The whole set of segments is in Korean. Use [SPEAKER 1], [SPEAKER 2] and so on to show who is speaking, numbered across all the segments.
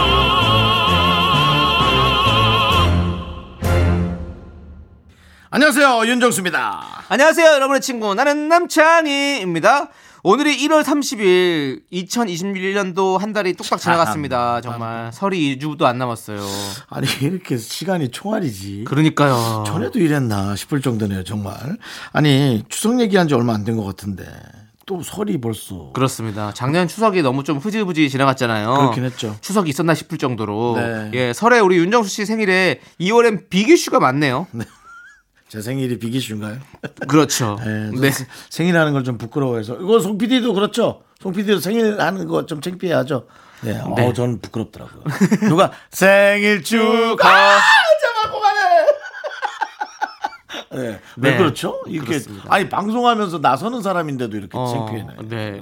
[SPEAKER 1] 안녕하세요 윤정수입니다.
[SPEAKER 2] 안녕하세요, 여러분의 친구. 나는 남창희입니다. 오늘이 1월 30일, 2021년도 한 달이 뚝딱
[SPEAKER 1] 아,
[SPEAKER 2] 지나갔습니다. 정말 설이 2주도 안 남았어요.
[SPEAKER 1] 아니 이렇게 시간이 총알이지.
[SPEAKER 2] 그러니까요.
[SPEAKER 1] 전에도 이랬나 싶을 정도네요 정말. 아니 추석 얘기한 지 얼마 안 된 것 같은데 또 설이 벌써.
[SPEAKER 2] 그렇습니다. 작년 추석이 너무 좀 흐지부지 지나갔잖아요.
[SPEAKER 1] 그렇긴 했죠.
[SPEAKER 2] 추석이 있었나 싶을 정도로.
[SPEAKER 1] 네.
[SPEAKER 2] 예, 설에 우리 윤정수 씨 생일에 2월엔 빅이슈가 많네요.
[SPEAKER 1] 제 생일이 비기슈인가요?
[SPEAKER 2] 그렇죠.
[SPEAKER 1] 네.
[SPEAKER 2] 네.
[SPEAKER 1] 저 생일하는 걸 좀 부끄러워해서 이거 송 PD도 그렇죠. 송 PD도 생일하는 거 좀 창피해하죠. 네, 어, 저는 부끄럽더라고요. 누가 생일 축하! 제발 그만해! 네. 왜
[SPEAKER 2] 네,
[SPEAKER 1] 그렇죠? 이렇게
[SPEAKER 2] 그렇습니다.
[SPEAKER 1] 아니 방송하면서 나서는 사람인데도 이렇게
[SPEAKER 2] 어,
[SPEAKER 1] 예, 창피해네. 예.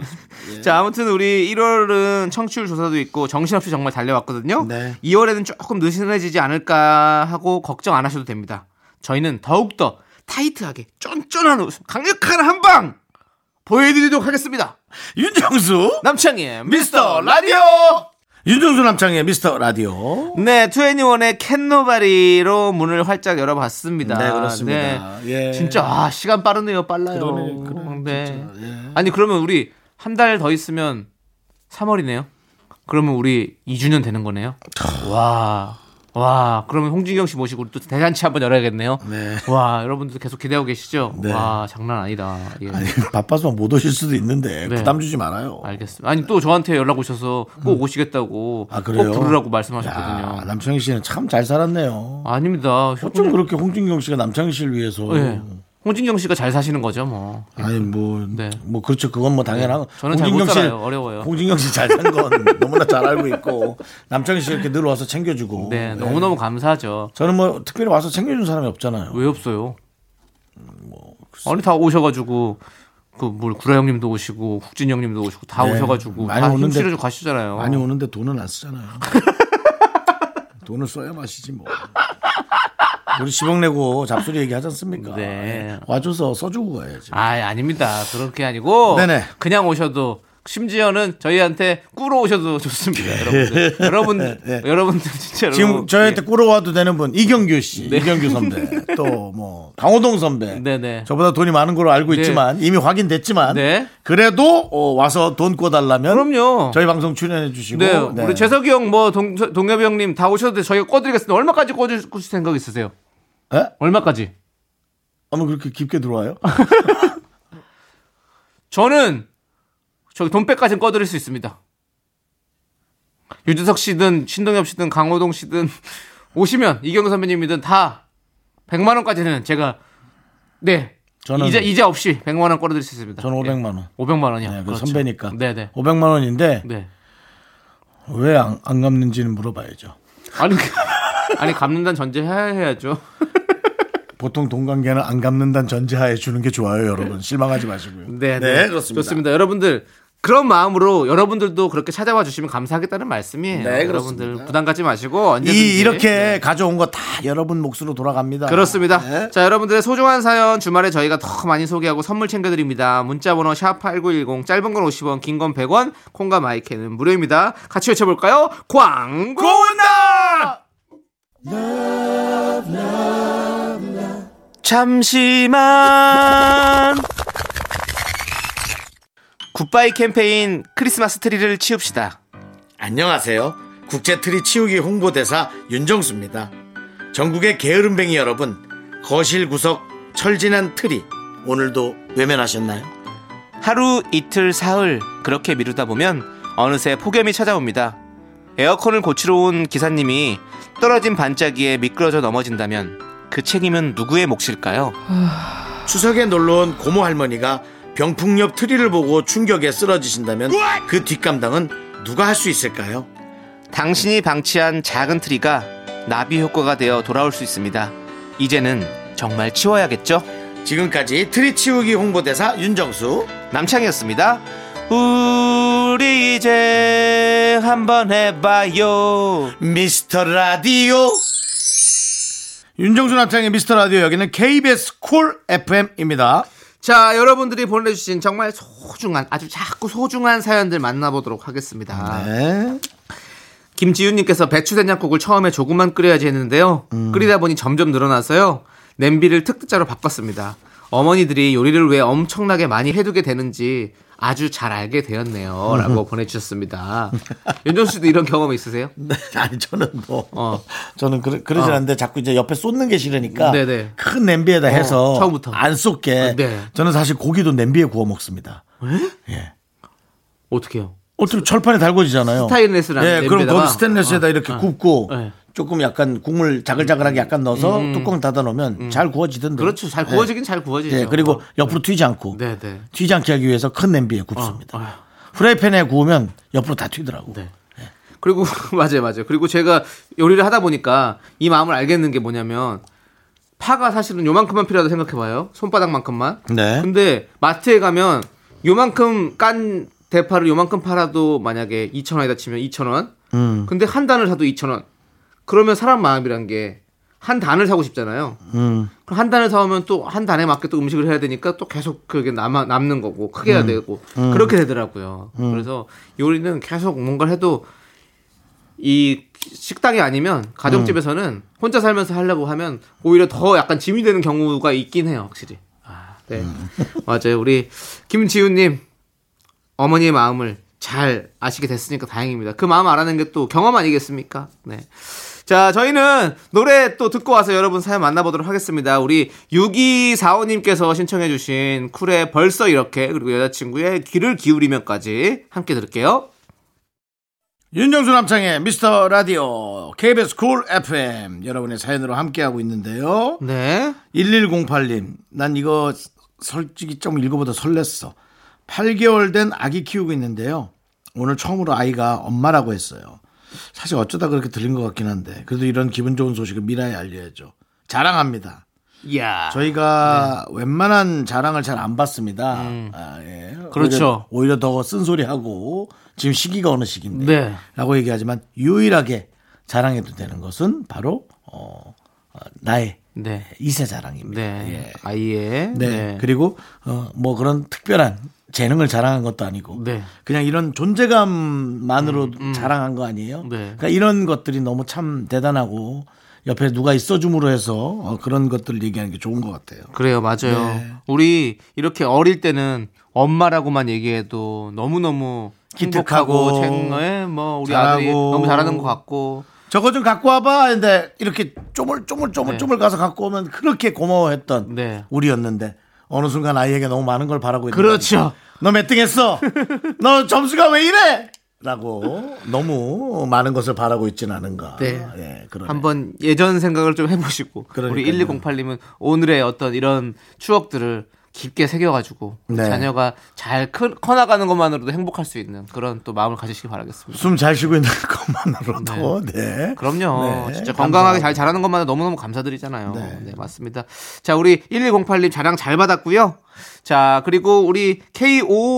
[SPEAKER 2] 네. 자, 아무튼 우리 1월은 청취율 조사도 있고 정신없이 정말 달려왔거든요.
[SPEAKER 1] 네.
[SPEAKER 2] 2월에는 조금 느슨해지지 않을까 하고 걱정 안 하셔도 됩니다. 저희는 더욱더 타이트하게 쫀쫀한 웃음, 강력한 한방 보여드리도록 하겠습니다.
[SPEAKER 1] 윤정수
[SPEAKER 2] 남창희의 미스터 라
[SPEAKER 1] 라디오. 윤정수 남창의 미스터 라디오.
[SPEAKER 2] 네, 2NE1의 캔노바리로 문을 활짝 열어봤습니다.
[SPEAKER 1] 네, 그렇습니다. 예.
[SPEAKER 2] 진짜, 아, 시간 빠르네요, 빨라요.
[SPEAKER 1] 그러네, 그러네,
[SPEAKER 2] 네.
[SPEAKER 1] 진짜. 예.
[SPEAKER 2] 아니, 그러면 우리 한 달 더 있으면 3월이네요? 그러면 우리 2주년 되는 거네요? 와. 와, 그러면 홍진경 씨 모시고 우리 또 대잔치 한번 열어야겠네요.
[SPEAKER 1] 네.
[SPEAKER 2] 와, 여러분들 계속 기대하고 계시죠?
[SPEAKER 1] 네.
[SPEAKER 2] 와, 장난 아니다. 예.
[SPEAKER 1] 아니 바빠서 못 오실 수도 있는데
[SPEAKER 2] 네.
[SPEAKER 1] 부담 주지 말아요.
[SPEAKER 2] 알겠습니다. 아니 또 저한테 연락 오셔서 꼭 오시겠다고
[SPEAKER 1] 음. 아
[SPEAKER 2] 꼭
[SPEAKER 1] 그래요?
[SPEAKER 2] 부르라고 말씀하셨거든요.
[SPEAKER 1] 야, 남창희 씨는 참 잘 살았네요.
[SPEAKER 2] 아닙니다.
[SPEAKER 1] 어쩜 그렇게 홍진경 씨가 남창희 씨를 위해서
[SPEAKER 2] 예.
[SPEAKER 1] 음.
[SPEAKER 2] 홍진경 씨가 잘 사시는 거죠, 뭐.
[SPEAKER 1] 아니 뭐 뭐
[SPEAKER 2] 네.
[SPEAKER 1] 그렇죠 그건 뭐 당연한 거.
[SPEAKER 2] 저는 잘못 살아요. 어려워요.
[SPEAKER 1] 홍진경 씨 잘 산 건 너무나 잘 알고 있고 남창희 씨 이렇게 늘 와서 챙겨주고
[SPEAKER 2] 네, 너무너무 감사하죠.
[SPEAKER 1] 저는 뭐 특별히 와서 챙겨준 사람이 없잖아요
[SPEAKER 2] 왜 없어요?
[SPEAKER 1] 음, 뭐,
[SPEAKER 2] 아니 다 오셔가지고 그 뭘 구라 형님도 오시고 국진 형님도 오시고 다
[SPEAKER 1] 네,
[SPEAKER 2] 오셔가지고
[SPEAKER 1] 많이
[SPEAKER 2] 다
[SPEAKER 1] 오는데-
[SPEAKER 2] 힘실어 가시잖아요.
[SPEAKER 1] 많이 오는데 돈은 안 쓰잖아요 돈을 써야 마시지 뭐 우리 10억 내고 잡소리 얘기하지 않습니까 예.
[SPEAKER 2] 네.
[SPEAKER 1] 와줘서 써주고 가야지
[SPEAKER 2] 아, 아닙니다. 그렇게 아니고
[SPEAKER 1] 네네.
[SPEAKER 2] 그냥 오셔도 심지어는 저희한테 꾸러 오셔도 좋습니다. 여러분들, 여러분들, 여러분들 진짜로
[SPEAKER 1] 네. 지금 저희한테
[SPEAKER 2] 예. 네.
[SPEAKER 1] 꾸러와도 되는 분 이경규 씨, 이경규 선배, 또 뭐 강호동 선배.
[SPEAKER 2] 네네.
[SPEAKER 1] 저보다 돈이 많은 걸로 알고
[SPEAKER 2] 네.
[SPEAKER 1] 있지만 이미 확인됐지만
[SPEAKER 2] 네.
[SPEAKER 1] 그래도 어, 와서 돈 꿔달라면
[SPEAKER 2] 그럼요.
[SPEAKER 1] 저희 방송 출연해 주시고
[SPEAKER 2] 네,
[SPEAKER 1] 네.
[SPEAKER 2] 우리 재석이 형, 뭐 동, 동엽이 형님 다 오셔도 돼. 저희가 꿔드리겠습니다. 얼마까지 꿔주실 생각 있으세요?
[SPEAKER 1] 에?
[SPEAKER 2] 얼마까지?
[SPEAKER 1] 어머 그렇게 깊게 들어와요?
[SPEAKER 2] 저는 저기 돈백까지는 꺼드릴 수 있습니다. 유재석 씨든 신동엽 씨든 강호동 씨든 오시면 이경 선배님이든 다 100만 원까지는 제가 네
[SPEAKER 1] 저는-
[SPEAKER 2] 이자 이자 없이 100만 원 꺼드릴 수 있습니다.
[SPEAKER 1] 저는 500만 원.
[SPEAKER 2] 예. 500만 원이요.
[SPEAKER 1] 네, 그
[SPEAKER 2] 그렇죠.
[SPEAKER 1] 선배니까.
[SPEAKER 2] 네네.
[SPEAKER 1] 500만 원인데
[SPEAKER 2] 네.
[SPEAKER 1] 왜 안 갚는지는 물어봐야죠.
[SPEAKER 2] 아니 그, 아니 갚는다는 전제 해야 해야죠.
[SPEAKER 1] 보통 돈 관계는 안 갚는다는 전제하에 주는 게 좋아요, 여러분. 실망하지 마시고요.
[SPEAKER 2] 네, 네. 좋습니다. 여러분들 그런 마음으로 여러분들도 그렇게 찾아와 주시면 감사하겠다는 말씀이에요.
[SPEAKER 1] 네, 그렇습니다.
[SPEAKER 2] 여러분들 부담 갖지 마시고 언제든지
[SPEAKER 1] 이 이렇게
[SPEAKER 2] 네.
[SPEAKER 1] 가져온 거 다 여러분 몫으로 돌아갑니다.
[SPEAKER 2] 그렇습니다.
[SPEAKER 1] 네.
[SPEAKER 2] 자, 여러분들의 소중한 사연 주말에 저희가 더 많이 소개하고 선물 챙겨드립니다. 문자번호 샵8910, 짧은 건 50원, 긴 건 100원, 콩과 마이크는 무료입니다. 같이 외쳐볼까요? 광고나! 잠시만. 굿바이 캠페인 크리스마스 트리를 치웁시다.
[SPEAKER 1] 안녕하세요. 국제 트리 치우기 홍보대사 윤정수입니다. 전국의 게으름뱅이 여러분, 거실 구석 철진한 트리 오늘도 외면하셨나요?
[SPEAKER 2] 하루 이틀 사흘 그렇게 미루다 보면 어느새 폭염이 찾아옵니다. 에어컨을 고치러 온 기사님이 떨어진 반짝이에 미끄러져 넘어진다면 그 책임은 누구의 몫일까요?
[SPEAKER 1] 추석에 놀러온 고모 할머니가 병풍 옆 트리를 보고 충격에 쓰러지신다면 그 뒷감당은 누가 할 수 있을까요?
[SPEAKER 2] 당신이 방치한 작은 트리가 나비 효과가 되어 돌아올 수 있습니다. 이제는 정말 치워야겠죠?
[SPEAKER 1] 지금까지 트리치우기 홍보대사 윤정수
[SPEAKER 2] 남창이었습니다. 우리 이제 한번 해봐요.
[SPEAKER 1] 미스터 라디오 윤정수 남창의 미스터 라디오 여기는 KBS 콜 FM입니다.
[SPEAKER 2] 자, 여러분들이 보내주신 정말 소중한, 아주 자꾸 소중한 사연들 만나보도록 하겠습니다.
[SPEAKER 1] 네.
[SPEAKER 2] 김지윤님께서 배추된장국을 처음에 조금만 끓여야지 했는데요.
[SPEAKER 1] 음.
[SPEAKER 2] 끓이다 보니 점점 늘어나서요. 냄비를 특급자로 바꿨습니다. 어머니들이 요리를 왜 엄청나게 많이 해두게 되는지 아주 잘 알게 되었네요. 라고 보내주셨습니다. 윤정 씨도 이런 경험 있으세요?
[SPEAKER 1] 네, 아니 저는 뭐
[SPEAKER 2] 어.
[SPEAKER 1] 저는 그러, 그러진
[SPEAKER 2] 어.
[SPEAKER 1] 않는데 자꾸 이제 옆에 쏟는 게 싫으니까
[SPEAKER 2] 네네. 어,
[SPEAKER 1] 큰 냄비에다 해서
[SPEAKER 2] 처음부터.
[SPEAKER 1] 안 쏟게
[SPEAKER 2] 어, 네.
[SPEAKER 1] 저는 사실 고기도 냄비에 구워 먹습니다. 예.
[SPEAKER 2] 어떻게 해요?
[SPEAKER 1] 어차피 철판에 달궈지잖아요.
[SPEAKER 2] 스테인리스라는
[SPEAKER 1] 예, 그럼
[SPEAKER 2] 냄비에다가. 어,
[SPEAKER 1] 거기 스테인리스에다 이렇게 굽고
[SPEAKER 2] 네. 음.
[SPEAKER 1] 조금 약간 국물 자글자글하게 약간 넣어서 뚜껑 닫아 놓으면 잘 구워지던데.
[SPEAKER 2] 그렇죠. 잘 구워지긴 잘 구워지죠.
[SPEAKER 1] 예, 네. 그리고 옆으로 튀지 않고
[SPEAKER 2] 네네.
[SPEAKER 1] 튀지 않게 하기 위해서 큰 냄비에 굽습니다.
[SPEAKER 2] 아휴.
[SPEAKER 1] 프라이팬에 구우면 옆으로 다 튀더라고.
[SPEAKER 2] 네. 그리고 맞아요, 맞아요. 그리고 제가 요리를 하다 보니까 이 마음을 알겠는 게 뭐냐면 파가 사실은 요만큼만 필요하다 생각해봐요. 손바닥만큼만.
[SPEAKER 1] 네.
[SPEAKER 2] 근데 마트에 가면 요만큼 깐 대파를 요만큼 팔아도 만약에 2천 원에다 치면 2천 원. 근데 한 단을 사도 2천 원. 그러면 사람 마음이란 게 한 단을 사고 싶잖아요.
[SPEAKER 1] 음.
[SPEAKER 2] 그럼 한 단을 사오면 또 한 단에 맞게 또 음식을 해야 되니까 또 계속 그게 남아 남는 거고 크게 해야 되고 그렇게 되더라고요. 그래서 요리는 계속 뭔가를 해도 이 식당이 아니면 가정집에서는 혼자 살면서 하려고 하면 오히려 더 약간 짐이 되는 경우가 있긴 해요, 확실히. 아, 네. 맞아요. 우리 김지훈님 어머니의 마음을 잘 아시게 됐으니까 다행입니다. 그 마음 알아낸 게 또 경험 아니겠습니까? 네. 자, 저희는 노래 또 듣고 와서 여러분 사연 만나보도록 하겠습니다. 우리 6245님께서 신청해주신 쿨의 벌써 이렇게 그리고 여자친구의 귀를 기울이면까지 함께 들을게요.
[SPEAKER 1] 윤정수 남창의 미스터 라디오 KBS 쿨 FM 여러분의 사연으로 함께하고 있는데요.
[SPEAKER 2] 네.
[SPEAKER 1] 1108님, 난 이거 솔직히 좀 읽어보다 설렜어. 8개월 된 아기 키우고 있는데요. 오늘 처음으로 아이가 엄마라고 했어요. 사실 어쩌다 그렇게 들린 것 같긴 한데 그래도 이런 기분 좋은 소식을 미라에 알려야죠. 자랑합니다.
[SPEAKER 2] 이야.
[SPEAKER 1] 저희가
[SPEAKER 2] 네.
[SPEAKER 1] 웬만한 자랑을 잘 안 받습니다. 아, 예.
[SPEAKER 2] 음. 그렇죠.
[SPEAKER 1] 오히려, 오히려 더 쓴소리하고 지금 시기가 어느 시기인데
[SPEAKER 2] 네.
[SPEAKER 1] 라고 얘기하지만 유일하게 자랑해도 되는 것은 바로 어, 어, 나의
[SPEAKER 2] 네.
[SPEAKER 1] 이세 자랑입니다.
[SPEAKER 2] 네.
[SPEAKER 1] 예.
[SPEAKER 2] 아이의.
[SPEAKER 1] 네. 그리고 어, 뭐 그런 특별한 재능을 자랑한 것도 아니고
[SPEAKER 2] 네. 음,
[SPEAKER 1] 그냥 이런 존재감만으로 자랑한 거 아니에요.
[SPEAKER 2] 네.
[SPEAKER 1] 그러니까 이런 것들이 너무 참 대단하고 옆에 누가 있어줌으로 해서 어, 그런 것들을 얘기하는 게 좋은 것 같아요.
[SPEAKER 2] 그래요, 맞아요.
[SPEAKER 1] 네.
[SPEAKER 2] 우리 이렇게 어릴 때는 엄마라고만 얘기해도 너무 너무
[SPEAKER 1] 기특하고
[SPEAKER 2] 행복하고 챙- 예, 뭐 우리
[SPEAKER 1] 잘하고.
[SPEAKER 2] 아들이 너무 잘하는 것 같고
[SPEAKER 1] 저거 좀 갖고 와봐. 근데 이렇게 쪼물쪼물쪼물쪼물 가서 갖고 오면 그렇게 고마워했던
[SPEAKER 2] 네.
[SPEAKER 1] 우리였는데 어느 순간 아이에게 너무 많은 걸 바라고 있는
[SPEAKER 2] 그렇죠.
[SPEAKER 1] 너 몇 등 했어? 너 점수가 왜 이래? 라고 너무 많은 것을 바라고 있지는 않은가.
[SPEAKER 2] 네.
[SPEAKER 1] 예, 그러네.
[SPEAKER 2] 한번 예전 생각을 좀 해보시고
[SPEAKER 1] 그러니까요.
[SPEAKER 2] 우리 1208님은 오늘의 어떤 이런 추억들을 깊게 새겨가지고
[SPEAKER 1] 네.
[SPEAKER 2] 자녀가 잘 크- 커나가는 것만으로도 행복할 수 있는 그런 또 마음을 가지시기 바라겠습니다.
[SPEAKER 1] 숨 잘 쉬고 있는 것만으로도 네.
[SPEAKER 2] 그럼요.
[SPEAKER 1] 네,
[SPEAKER 2] 진짜
[SPEAKER 1] 감사하고.
[SPEAKER 2] 건강하게 잘 자라는 것만 너무너무 감사드리잖아요. 네.
[SPEAKER 1] 네.
[SPEAKER 2] 맞습니다. 자, 우리 1208님 자랑 잘 받았고요. 자, 그리고 우리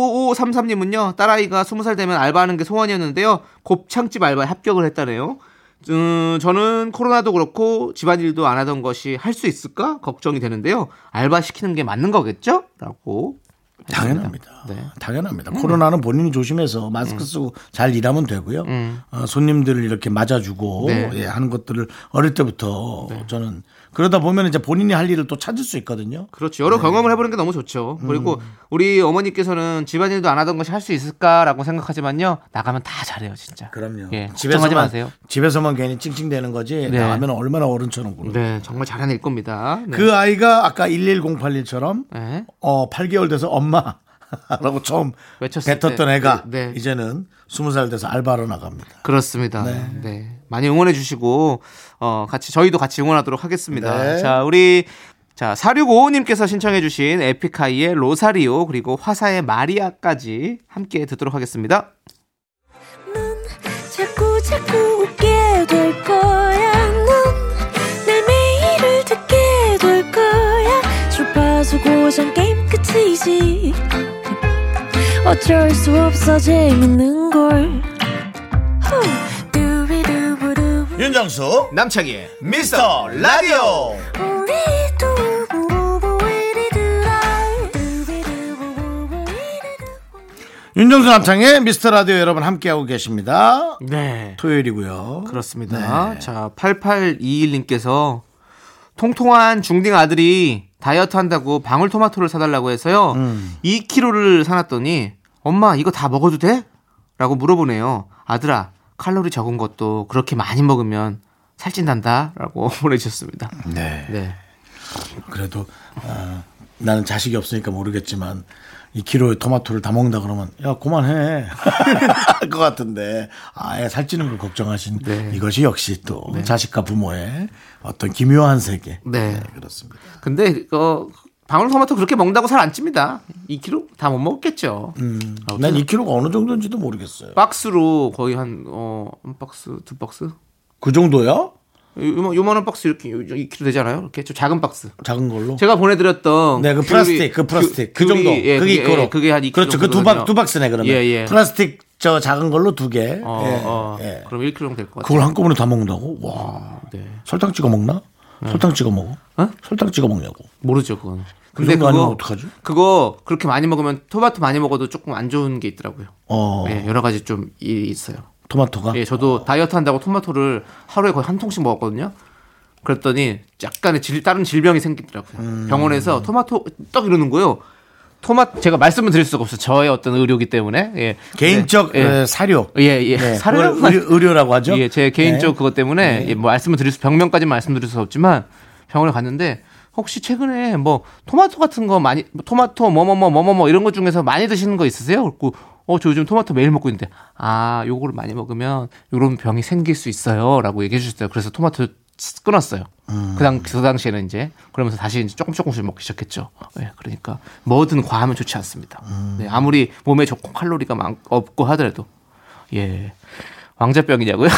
[SPEAKER 2] K5533님은요, 딸아이가 20살 되면 알바하는 게 소원이었는데요. 곱창집 알바에 합격을 했다네요. 음, 저는 코로나도 그렇고 집안일도 안 하던 것이 할 수 있을까 걱정이 되는데요. 알바 시키는 게 맞는 거겠죠? 라고.
[SPEAKER 1] 당연합니다. 음.
[SPEAKER 2] 네.
[SPEAKER 1] 당연합니다. 코로나는 본인이 조심해서 마스크 쓰고 잘 일하면 되고요. 어, 손님들을 이렇게 맞아주고
[SPEAKER 2] 네.
[SPEAKER 1] 예, 하는 것들을 어릴 때부터 저는 그러다 보면 이제 본인이 할 일을 또 찾을 수 있거든요.
[SPEAKER 2] 그렇죠.
[SPEAKER 1] 네.
[SPEAKER 2] 여러 경험을 해보는 게 너무 좋죠. 그리고
[SPEAKER 1] 음.
[SPEAKER 2] 우리 어머니께서는 집안일도 안 하던 것이 할 수 있을까라고 생각하지만요. 나가면 다 잘해요, 진짜.
[SPEAKER 1] 그럼요.
[SPEAKER 2] 예, 걱정하지
[SPEAKER 1] 집에서만
[SPEAKER 2] 마세요.
[SPEAKER 1] 집에서만 괜히 찡찡대는 거지
[SPEAKER 2] 네.
[SPEAKER 1] 나가면 얼마나 어른처럼 굴어.
[SPEAKER 2] 네, 정말 잘하는 일 겁니다. 네.
[SPEAKER 1] 음. 그 아이가 아까 11081처럼
[SPEAKER 2] 네.
[SPEAKER 1] 어 8개월 돼서 엄마 라고 처음
[SPEAKER 2] 외쳤을
[SPEAKER 1] 뱉었던
[SPEAKER 2] 때.
[SPEAKER 1] 애가
[SPEAKER 2] 네.
[SPEAKER 1] 이제는 20살 돼서 알바로 나갑니다.
[SPEAKER 2] 그렇습니다. 네. 많이 응원해 주시고 어 같이 저희도 같이 응원하도록 하겠습니다.
[SPEAKER 1] 네.
[SPEAKER 2] 자, 우리 자, 4655님께서 신청해 주신 에픽하이의 로사리오 그리고 화사의 마리아까지 함께 듣도록 하겠습니다.
[SPEAKER 3] 자꾸 자꾸 웃게 될 거야. 넌내 매일을 듣게 될 거야. 되지 어쩔 수 없어 재밌는 걸 후. 두비두부두부.
[SPEAKER 4] 윤정수
[SPEAKER 2] 남창희의 미스터 라디오
[SPEAKER 3] 우리 두부부부 우리들아. 두비두부부부 우리들아.
[SPEAKER 1] 윤정수 남창의 미스터 라디오 여러분 함께하고 계십니다.
[SPEAKER 2] 네
[SPEAKER 1] 토요일이고요. 네,
[SPEAKER 2] 그렇습니다 자 8821님께서 통통한 중딩 아들이 다이어트 한다고 방울토마토를 사달라고 해서요
[SPEAKER 1] 음.
[SPEAKER 2] 2kg를 사놨더니 엄마 이거 다 먹어도 돼? 라고 물어보네요 아들아 칼로리 적은 것도 그렇게 많이 먹으면 살찐단다 라고 보내주셨습니다
[SPEAKER 1] 네.
[SPEAKER 2] 네
[SPEAKER 1] 그래도 아, 나는 자식이 없으니까 모르겠지만 이 키로의 토마토를 다 먹는다 그러면 야 그만해 할것 같은데 아예 살찌는 걸 걱정하신
[SPEAKER 2] 네.
[SPEAKER 1] 이것이 역시 또 자식과 부모의 어떤 기묘한 세계
[SPEAKER 2] 네.
[SPEAKER 1] 그렇습니다.
[SPEAKER 2] 근데 이거 방울토마토 그렇게 먹는다고 살 안 찝니다. 2kg 다 못 먹겠죠. 음. 아무튼
[SPEAKER 1] 음. 난 2kg가 어느 정도인지도 모르겠어요.
[SPEAKER 2] 박스로 거의 한 어, 한 박스, 두 박스. 요-
[SPEAKER 1] 그 정도야?
[SPEAKER 2] 요만 요만한 박스 이렇게 요- 2kg 되잖아요. 이렇게 좀 작은 박스.
[SPEAKER 1] 작은 걸로?
[SPEAKER 2] 제가 보내드렸던
[SPEAKER 1] 네, 그
[SPEAKER 2] 어, 귤이-
[SPEAKER 1] 플라스틱, 그 플라스틱, 그
[SPEAKER 2] 귤이-
[SPEAKER 1] 정도. 그게
[SPEAKER 2] 예, 그게,
[SPEAKER 1] 이거로.
[SPEAKER 2] 예, 그게 한 2kg.
[SPEAKER 1] 그렇죠. 그 두 박두 박스네 그러면.
[SPEAKER 2] 예, 예.
[SPEAKER 1] 플라스틱 저 작은 걸로 두 개.
[SPEAKER 2] 어,
[SPEAKER 1] 예,
[SPEAKER 2] 어.
[SPEAKER 1] 예.
[SPEAKER 2] 그럼 1kg 정도 될 것 같아요.
[SPEAKER 1] 그걸 한꺼번에 다 먹는다고? 와.
[SPEAKER 2] 네.
[SPEAKER 1] 설탕 찍어 먹나? 설탕 찍어 먹어?
[SPEAKER 2] 음. 어?
[SPEAKER 1] 설탕 찍어 먹냐고.
[SPEAKER 2] 모르죠, 그건.
[SPEAKER 1] 그 정도 아니면 어떡하지?
[SPEAKER 2] 그거 그렇게 많이 먹으면 토마토 많이 먹어도 조금 안 좋은 게 있더라고요.
[SPEAKER 1] 어.
[SPEAKER 2] 예, 여러 가지 좀 일이 있어요.
[SPEAKER 1] 토마토가.
[SPEAKER 2] 예, 저도 다이어트 한다고 토마토를 하루에 거의 한 통씩 먹었거든요. 그랬더니 약간의 질, 다른 질병이 생기더라고요.
[SPEAKER 1] 음.
[SPEAKER 2] 병원에서 토마토 떡 이러는 거요. 토마 제가 말씀을 드릴 수가 없어요. 저의 어떤 의료기 때문에. 예.
[SPEAKER 1] 개인적
[SPEAKER 2] 네,
[SPEAKER 1] 에, 사료.
[SPEAKER 2] 예, 예.
[SPEAKER 1] 네,
[SPEAKER 2] 사료라고
[SPEAKER 1] 그걸 의료, 의료라고 하죠.
[SPEAKER 2] 예, 제 개인적 그것 때문에 예, 뭐 말씀을 드릴 수 병명까지 말씀드릴 수 없지만 병원에 갔는데 혹시 최근에 뭐 토마토 같은 거 많이 뭐 토마토 뭐뭐뭐 뭐뭐뭐 이런 것 중에서 많이 드시는 거 있으세요? 그리고 어 저 요즘 토마토 매일 먹고 있는데 아 요거를 많이 먹으면 요런 병이 생길 수 있어요라고 얘기해 주셨어요. 그래서 토마토 끊었어요. 그당 그 당시에는 이제 그러면서 다시 이제 조금 조금씩 먹기 시작했죠. 예, 그러니까 뭐든 과하면 좋지 않습니다. 네, 아무리 몸에 좋고 칼로리가 많, 없고 하더라도 예. 왕자병이냐고요?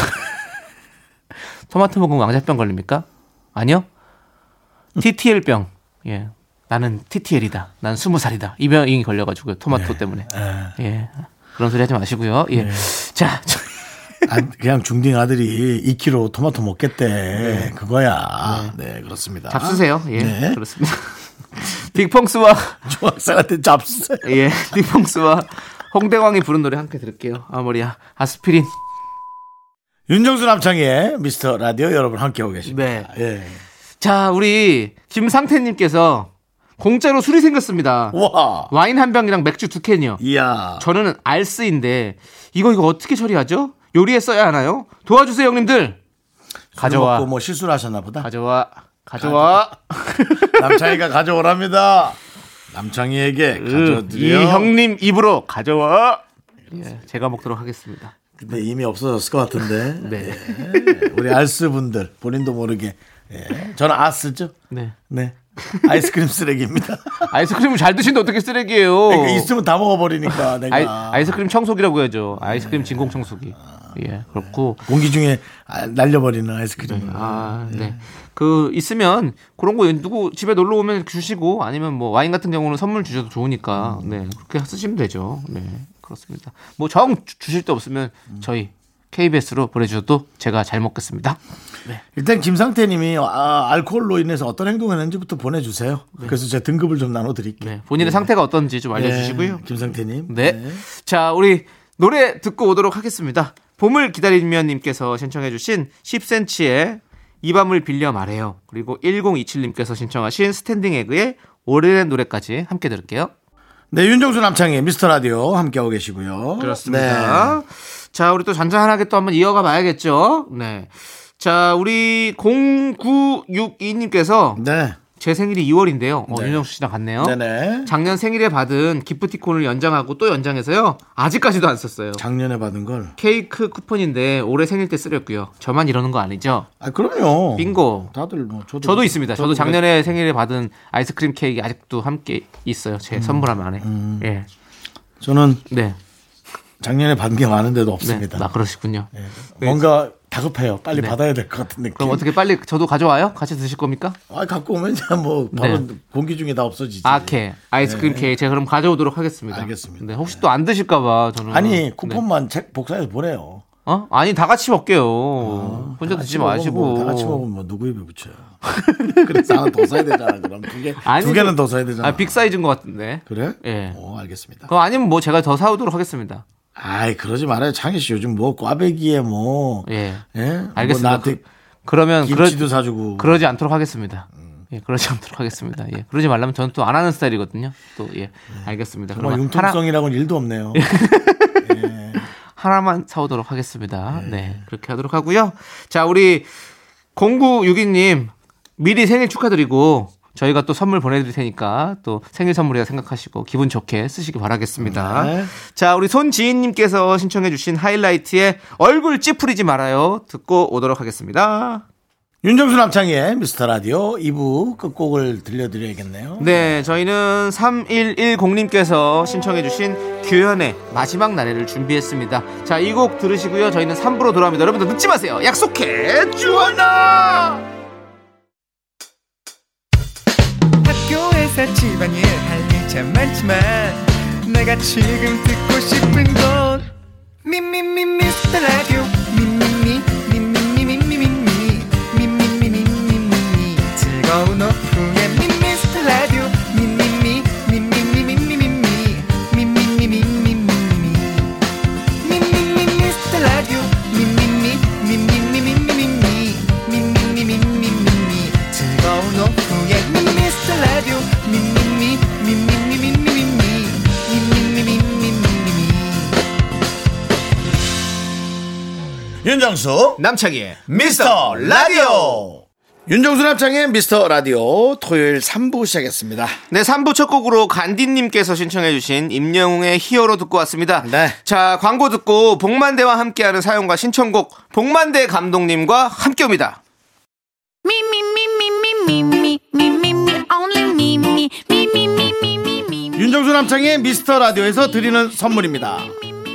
[SPEAKER 2] 토마토 먹으면 왕자병 걸립니까? 아니요. TTL병. 예. 나는 TTL이다. 난 스무 살이다. 이 병이 걸려가지고요. 토마토 때문에. 예. 그런 소리 하지 마시고요. 예. 자, 저-
[SPEAKER 1] 아, 그냥 중딩 아들이 2kg 토마토 먹겠대. 그거야. 네, 그렇습니다.
[SPEAKER 2] 네. 잡수세요. 예.
[SPEAKER 1] 네.
[SPEAKER 2] 그렇습니다. 빅펑스와
[SPEAKER 1] 중학생한테 잡수세요.
[SPEAKER 2] 예. 빅펑스와 홍대광이 부른 노래 함께 들을게요. 아 머리야. 아스피린.
[SPEAKER 1] 윤정수 남창의 미스터 라디오 여러분 함께하고 계십니다.
[SPEAKER 2] 네.
[SPEAKER 1] 예.
[SPEAKER 2] 자, 우리 김상태님께서 공짜로 술이 생겼습니다.
[SPEAKER 1] 와.
[SPEAKER 2] 와인 한 병이랑 맥주 두 캔이요.
[SPEAKER 1] 이야.
[SPEAKER 2] 저는 알스인데 이거 이거 어떻게 처리하죠? 요리에 써야 하나요? 도와주세요 형님들. 가져와.
[SPEAKER 1] 먹고 뭐 실수를 하셨나 보다.
[SPEAKER 2] 가져와. 가져와.
[SPEAKER 1] 남창이가 가져오랍니다. 남창이에게
[SPEAKER 2] 이
[SPEAKER 1] 가져드려.
[SPEAKER 2] 형님 입으로 가져와. 예, 제가 먹도록 하겠습니다.
[SPEAKER 1] 근데 이미 없어졌을 것 같은데.
[SPEAKER 2] 네.
[SPEAKER 1] 예, 우리 알스 분들 본인도 모르게. 예. 저는 아스죠.
[SPEAKER 2] 네.
[SPEAKER 1] 네. 아이스크림 쓰레기입니다.
[SPEAKER 2] 아이스크림을 잘 드신데 어떻게 쓰레기예요?
[SPEAKER 1] 그러니까 있으면 네. 다 먹어버리니까 내가
[SPEAKER 2] 아이, 아이스크림 청소기라고 해야죠. 아이스크림 진공 청소기. 예, 그렇고
[SPEAKER 1] 공기 중에 아, 날려버리는 아이스크림. 을
[SPEAKER 2] 아, 네. 그 있으면 그런 거 누구 집에 놀러 오면 주시고 아니면 뭐 와인 같은 경우는 선물 주셔도 좋으니까 네 그렇게 쓰시면 되죠. 네 그렇습니다. 뭐 정 주실 데 없으면 저희 KBS로 보내주셔도 제가 잘 먹겠습니다.
[SPEAKER 1] 일단 김상태님이 아, 알코올로 인해서 어떤 행동을 했는지부터 보내주세요. 그래서 제가 등급을 좀 나눠드릴게요.
[SPEAKER 2] 네 본인의 상태가 어떤지 좀 알려주시고요.
[SPEAKER 1] 예, 김상태님.
[SPEAKER 2] 네. 자, 우리 노래 듣고 오도록 하겠습니다. 봄을 기다리면님께서 신청해주신 10cm의 이 밤을 빌려 말해요. 그리고 1027님께서 신청하신 스탠딩 에그의 오래된 노래까지 함께 들을게요.
[SPEAKER 1] 네, 윤정수 남창희 미스터 라디오 함께하고 계시고요. 네.
[SPEAKER 2] 그렇습니다. 자, 우리 또 잔잔하게 또 한번 이어가 봐야겠죠. 네. 자, 우리 0962님께서
[SPEAKER 1] 네.
[SPEAKER 2] 제 생일이 2월인데요. 어,
[SPEAKER 1] 네.
[SPEAKER 2] 윤정수 씨랑 같네요.
[SPEAKER 1] 네네.
[SPEAKER 2] 작년 생일에 받은 기프티콘을 연장하고 또 연장해서요. 아직까지도 안 썼어요.
[SPEAKER 1] 작년에 받은 걸.
[SPEAKER 2] 케이크 쿠폰인데 올해 생일 때 쓰렸고요. 저만 이러는 거 아니죠?
[SPEAKER 1] 아, 그럼요.
[SPEAKER 2] 빙고.
[SPEAKER 1] 다들 뭐 저도
[SPEAKER 2] 저도 있습니다. 저도 작년에 생일에 받은 아이스크림 케이크 아직도 함께 있어요.
[SPEAKER 1] 음.
[SPEAKER 2] 제 선물함 안에. 예.
[SPEAKER 1] 저는
[SPEAKER 2] 네.
[SPEAKER 1] 작년에 받은 게 많은데도
[SPEAKER 2] 네.
[SPEAKER 1] 없습니다. 네.
[SPEAKER 2] 나 그러시군요.
[SPEAKER 1] 뭔가 다급해요. 빨리
[SPEAKER 2] 네.
[SPEAKER 1] 받아야 될 것 같은 느낌.
[SPEAKER 2] 그럼 어떻게 빨리 저도 가져와요? 같이 드실 겁니까?
[SPEAKER 1] 아, 갖고 오면 이제 뭐 바로
[SPEAKER 2] 네.
[SPEAKER 1] 공기 중에 다 없어지지.
[SPEAKER 2] 아, 케 아이스크림 케이 제가 그럼 가져오도록 하겠습니다.
[SPEAKER 1] 네. 알겠습니다.
[SPEAKER 2] 네, 혹시 또 안 드실까봐 저는
[SPEAKER 1] 아니 쿠폰만 책 복사해서 보내요.
[SPEAKER 2] 어? 아니 다 같이 먹게요. 혼자
[SPEAKER 1] 아, 같이
[SPEAKER 2] 드지
[SPEAKER 1] 먹으면
[SPEAKER 2] 마시고.
[SPEAKER 1] 뭐, 다 같이 먹으면 뭐 누구 입에 붙여요. 그래서 하나 더 사야 되잖아. 그럼 두 개,
[SPEAKER 2] 아니,
[SPEAKER 1] 두 개는
[SPEAKER 2] 그-
[SPEAKER 1] 더 사야 되잖아.
[SPEAKER 2] 아, 빅 사이즈인 것 같은데.
[SPEAKER 1] 그래?
[SPEAKER 2] 예.
[SPEAKER 1] 오, 알겠습니다.
[SPEAKER 2] 그거 아니면 뭐 제가 더 사오도록 하겠습니다.
[SPEAKER 1] 아이 그러지 말아요, 창희 씨. 요즘 뭐 꽈배기에 뭐, 예,
[SPEAKER 2] 예.
[SPEAKER 1] 뭐
[SPEAKER 2] 알겠습니다. 그-
[SPEAKER 1] 나한테
[SPEAKER 2] 그러면 그러,
[SPEAKER 1] 김치도 사주고.
[SPEAKER 2] 그러지 않도록 하겠습니다.
[SPEAKER 1] 음.
[SPEAKER 2] 예, 그러지 않도록 하겠습니다. 예. 그러지 말라면 저는 또 안 하는 스타일이거든요. 또 예. 알겠습니다.
[SPEAKER 1] 음. 정말
[SPEAKER 2] 그러면 하나
[SPEAKER 1] 융통성이라고는 일도 없네요.
[SPEAKER 2] 하나만 사오도록 하겠습니다.
[SPEAKER 1] 예.
[SPEAKER 2] 네. 그렇게 하도록 하고요. 자, 우리 0962님 미리 생일 축하드리고 저희가 또 선물 보내드릴 테니까 또 생일 선물이라 생각하시고 기분 좋게 쓰시기 바라겠습니다.
[SPEAKER 1] 네.
[SPEAKER 2] 자, 우리 손지인님께서 신청해주신 하이라이트의 얼굴 찌푸리지 말아요 듣고 오도록 하겠습니다.
[SPEAKER 1] 윤정수 남창희의 미스터 라디오 2부 끝곡을 들려드려야겠네요.
[SPEAKER 2] 네, 저희는 3110님께서 신청해주신 규현의 마지막 날에를 준비했습니다. 자, 이 곡 들으시고요. 저희는 3부로 돌아옵니다. 여러분들 늦지 마세요. 약속해! 주원아!
[SPEAKER 4] 학교에서 집안일 할 일 참 많지만 내가 지금 듣고 싶은 건 미미미 미스터 라디오 미미미 미미미 미미미 미미미 미미미 즐거운 오후에 미스터 라디오 미미미 미미미 미미미 미미미 미미미
[SPEAKER 1] 윤정수
[SPEAKER 2] 남창희의
[SPEAKER 1] 미스터 라디오. 윤정수 남창희의 미스터 라디오 토요일 3부 시작했습니다.
[SPEAKER 2] 네, 3부 첫 곡으로 간디님께서 신청해주신 임영웅의 히어로 듣고 왔습니다.
[SPEAKER 1] 네.
[SPEAKER 2] 자, 광고 듣고 복만대와 함께하는 사연과 신청곡 복만대 감독님과 함께 옵니다.
[SPEAKER 3] Me, me, me, me, me, me, me, me, me, me, only me, me, me, me, me, me, me, me, me.
[SPEAKER 1] 윤정수 남창희의 미스터 라디오에서 드리는 선물입니다.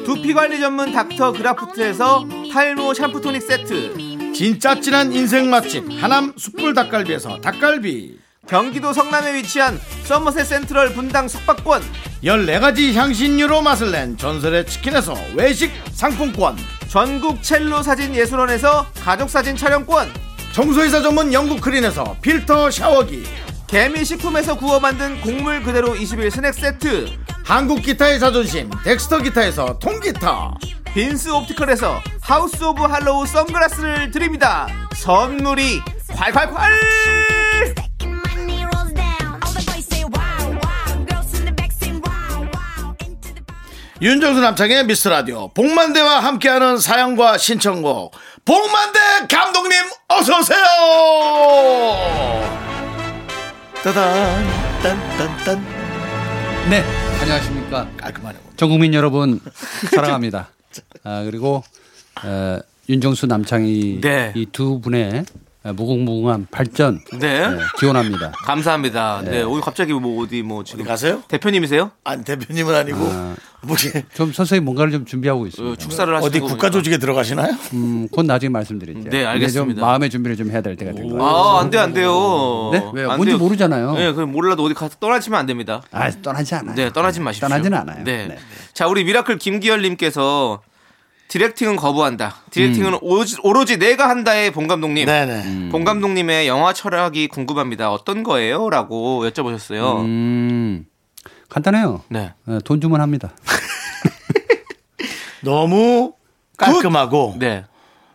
[SPEAKER 2] 두피관리 전문 닥터 그라프트에서 탈모 샴푸 토닉 세트
[SPEAKER 1] 진짜 진한 인생 맛집 하남 숯불 닭갈비에서 닭갈비
[SPEAKER 2] 경기도 성남에 위치한 서머셋 센트럴 분당 숙박권
[SPEAKER 1] 14가지 향신료로 맛을 낸 전설의 치킨에서 외식 상품권
[SPEAKER 2] 전국 첼로 사진 예술원에서 가족 사진 촬영권
[SPEAKER 1] 청소이사 전문 영국 크린에서 필터 샤워기
[SPEAKER 2] 개미 식품에서 구워 만든 곡물 그대로 21 스낵 세트
[SPEAKER 1] 한국 기타의 자존심 덱스터 기타에서 통기타
[SPEAKER 2] 빈스 옵티컬에서 하우스 오브 할로우 선글라스를 드립니다 선물이 콸콸콸
[SPEAKER 3] Second money rolls down. All the boys say wow, wow. Girls in the back say wow, wow. Into the
[SPEAKER 1] 윤정수 남창의 미스라디오 복만대와 함께하는 사연과 신청곡 복만대 감독님 어서오세요 따단 딴딴딴
[SPEAKER 5] 네, 안녕하십니까.
[SPEAKER 1] 깔끔하네 오늘.
[SPEAKER 5] 전 국민 여러분 사랑합니다. 아, 그리고 어, 윤정수 남창희
[SPEAKER 2] 네.
[SPEAKER 5] 이 두 분의 무궁무궁한 발전
[SPEAKER 2] 네.
[SPEAKER 5] 예, 기원합니다.
[SPEAKER 2] 감사합니다 네 오늘 갑자기 뭐 어디 뭐 지금
[SPEAKER 1] 가세요?
[SPEAKER 2] 대표님이세요?
[SPEAKER 1] 아니 대표님은 아니고 뭐지
[SPEAKER 5] 좀 선생님 뭔가를 좀 준비하고
[SPEAKER 2] 어,
[SPEAKER 5] 있습니다.
[SPEAKER 2] 축사를
[SPEAKER 1] 음.
[SPEAKER 2] 하시는
[SPEAKER 1] 어디
[SPEAKER 2] 거
[SPEAKER 1] 국가
[SPEAKER 2] 보니까.
[SPEAKER 1] 조직에 들어가시나요?
[SPEAKER 5] 음, 그건 나중에 말씀드릴게요.
[SPEAKER 2] 네, 알겠습니다.
[SPEAKER 5] 이제 좀 마음의 준비를 좀 해야 될 때가 된 것 같아요.
[SPEAKER 2] 아, 안 돼, 안 돼요.
[SPEAKER 5] 네? 왜요?
[SPEAKER 2] 안
[SPEAKER 5] 뭔지
[SPEAKER 2] 돼요.
[SPEAKER 5] 모르잖아요.
[SPEAKER 2] 예, 그럼 몰라도 어디 가서 떠나시면 안 됩니다.
[SPEAKER 5] 아, 떠나지 않아요.
[SPEAKER 2] 네, 떠나지 마십시오.
[SPEAKER 5] 떠나진 않아요.
[SPEAKER 2] 네.
[SPEAKER 5] 네.
[SPEAKER 2] 자, 우리 미라클 김기열님께서 디렉팅은 거부한다. 디렉팅은 오지- 오로지 내가 한다의 봉 감독님.
[SPEAKER 1] 네네 음.
[SPEAKER 2] 봉 감독님의 영화 철학이 궁금합니다. 어떤 거예요? 라고 여쭤보셨어요.
[SPEAKER 5] 음, 간단해요.
[SPEAKER 2] 네.
[SPEAKER 5] 어, 돈 주면 합니다.
[SPEAKER 1] 너무 깔끔하고
[SPEAKER 2] 네.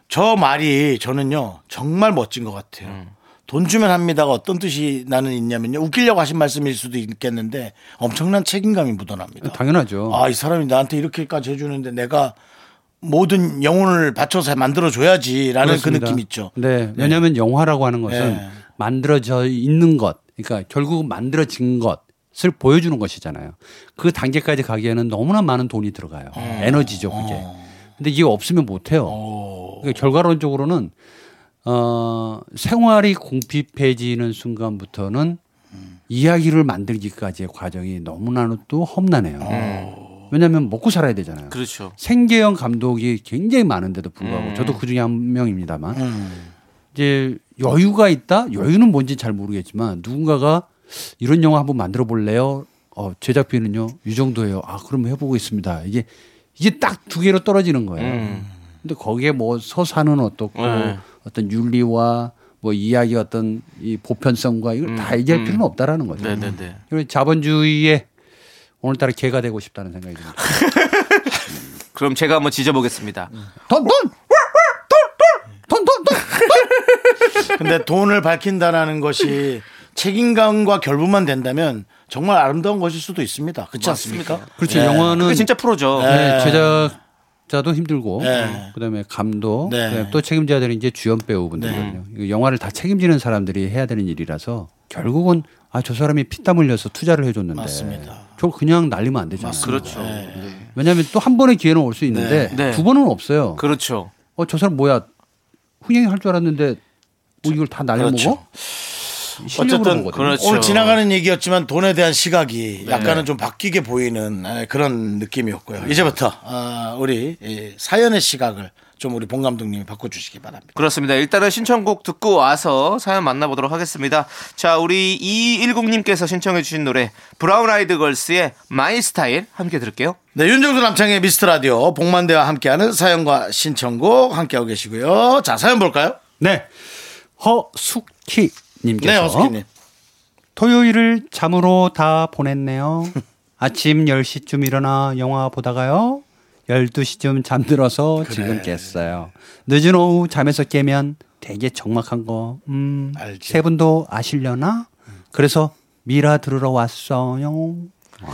[SPEAKER 1] 저 말이 저는요 정말 멋진 것 같아요. 돈 주면 합니다가 어떤 뜻이 나는 있냐면요 웃기려고 하신 말씀일 수도 있겠는데 엄청난 책임감이 묻어납니다.
[SPEAKER 5] 당연하죠.
[SPEAKER 1] 아 이 사람이 나한테 이렇게까지 해주는데 내가 모든 영혼을 바쳐서 만들어 줘야지라는 그
[SPEAKER 5] 그렇습니다.
[SPEAKER 1] 느낌 있죠.
[SPEAKER 5] 네. 왜냐하면 영화라고 하는 것은
[SPEAKER 1] 네.
[SPEAKER 5] 만들어져 있는 것, 그러니까 결국 만들어진 것을 보여주는 것이잖아요. 그 단계까지 가기에는 너무나 많은 돈이 들어가요. 에너지죠, 그게.
[SPEAKER 1] 어.
[SPEAKER 5] 근데 이게 없으면 못 해요. 그러니까 결과론적으로는 어, 생활이 궁핍해지는
[SPEAKER 1] 음. 어.
[SPEAKER 5] 순간부터는 이야기를 만들기까지의 과정이 너무나도 험난해요. 왜냐하면 먹고 살아야 되잖아요.
[SPEAKER 2] 그렇죠.
[SPEAKER 5] 생계형 감독이 굉장히 많은데도 불구하고
[SPEAKER 2] 음.
[SPEAKER 5] 저도 그 중에 한 명입니다만 이제 여유가 있다 여유는 뭔지 잘 모르겠지만 누군가가 이런 영화 한번 만들어 볼래요 어 제작비는요 이 정도예요 아 그럼 해보고 있습니다 이게 이게 딱 두 개로 떨어지는 거예요 근데 거기에 뭐 서사는 어떻고
[SPEAKER 2] 음. 네.
[SPEAKER 5] 어떤 윤리와 뭐 이야기 어떤 이 보편성과 이걸 다 얘기할 필요는 없다라는 거죠
[SPEAKER 2] 음. 네네네.
[SPEAKER 5] 그리고 자본주의에 오늘따라 개가 되고 싶다는 생각이 듭니다.
[SPEAKER 2] 그럼 제가 한번 지져보겠습니다.
[SPEAKER 5] 돈, 돈! 돈, 돈, 돈, 돈!
[SPEAKER 1] 근데 돈을 밝힌다라는 것이 책임감과 결부만 된다면 정말 아름다운 것일 수도 있습니다. 그렇지 않습니까?
[SPEAKER 5] 그렇죠. 영화는
[SPEAKER 2] 그게 진짜 프로죠.
[SPEAKER 5] 네, 제작자도 힘들고
[SPEAKER 1] 네.
[SPEAKER 5] 그다음에 감독
[SPEAKER 1] 네.
[SPEAKER 5] 그다음에 또 책임져야 되는 이제 주연 배우분들이거든요. 이거 영화를 다 책임지는 사람들이 해야 되는 일이라서 결국은 아 저 사람이 피땀 흘려서 투자를 해줬는데
[SPEAKER 1] 맞습니다.
[SPEAKER 5] 저 그냥 날리면 안 되잖아요.
[SPEAKER 2] 그렇죠.
[SPEAKER 5] 왜냐하면 또 한 번의 기회는 올 수 있는데
[SPEAKER 2] 네.
[SPEAKER 5] 두 번은 없어요.
[SPEAKER 2] 그렇죠.
[SPEAKER 5] 어 저 사람 뭐야 흥행이 할 줄 알았는데 뭐 이걸 다 날려먹어?
[SPEAKER 1] 그렇죠.
[SPEAKER 5] 실력으로
[SPEAKER 1] 어쨌든
[SPEAKER 5] 보거든요.
[SPEAKER 2] 그렇죠.
[SPEAKER 1] 오늘 지나가는 얘기였지만 돈에 대한 시각이 약간은 좀 바뀌게 보이는 에, 그런 느낌이었고요. 이제부터 아, 우리 이 사연의 시각을 좀 우리 본 감독님이 바꿔주시기 바랍니다.
[SPEAKER 2] 그렇습니다. 일단은 신청곡 듣고 와서 사연 만나보도록 하겠습니다. 자, 우리 210님께서 신청해주신 노래, 브라운 아이드 걸스의 마이 스타일 함께 들을게요.
[SPEAKER 1] 네, 윤정수 남창의 미스터 라디오 복만대와 함께하는 사연과 신청곡 함께하고 계시고요. 자, 사연 볼까요?
[SPEAKER 5] 네. 허숙희
[SPEAKER 1] 네,
[SPEAKER 5] 님께서
[SPEAKER 1] 어스키님.
[SPEAKER 5] 토요일을 잠으로 다 보냈네요. 아침 10시쯤 일어나 영화 보다가요. 12시쯤 잠들어서 지금 깼어요. 늦은 오후 잠에서 깨면 되게 적막한 거. 음.
[SPEAKER 1] 알지.
[SPEAKER 5] 세 분도 아시려나? 그래서 미라 들으러 왔어요. 와.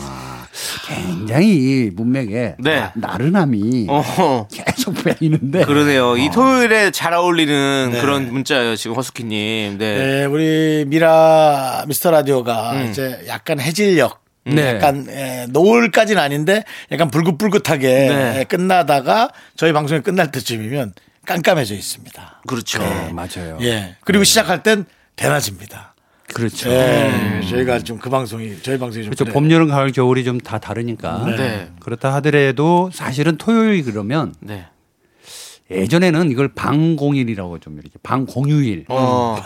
[SPEAKER 5] 굉장히 이 문맥에
[SPEAKER 2] 네.
[SPEAKER 5] 나- 나른함이
[SPEAKER 2] 어허.
[SPEAKER 5] 계속 빼이는데
[SPEAKER 2] 그러네요. 이 토요일에 잘 어울리는 그런 문자예요, 지금 허스키님. 네.
[SPEAKER 1] 네, 우리 미라 미스터 라디오가 이제 약간 해질녘
[SPEAKER 5] 음. 네.
[SPEAKER 1] 약간 에, 노을까지는 아닌데 약간 불긋불긋하게
[SPEAKER 2] 네.
[SPEAKER 1] 에, 끝나다가 저희 방송이 끝날 때쯤이면 깜깜해져 있습니다.
[SPEAKER 2] 그렇죠.
[SPEAKER 5] 네, 맞아요. 네.
[SPEAKER 1] 예. 그리고 시작할 땐 대낮입니다.
[SPEAKER 5] 그렇죠.
[SPEAKER 1] 예. 저희가 좀 그 방송이 저희 방송이 좀
[SPEAKER 5] 그렇죠.
[SPEAKER 1] 그래요.
[SPEAKER 5] 봄, 여름, 가을, 겨울이 좀 다 다르니까.
[SPEAKER 2] 네.
[SPEAKER 5] 그렇다 하더라도 사실은 토요일 그러면
[SPEAKER 2] 네.
[SPEAKER 5] 예전에는 이걸 방공일이라고 좀 이렇게 방공휴일,
[SPEAKER 2] 어,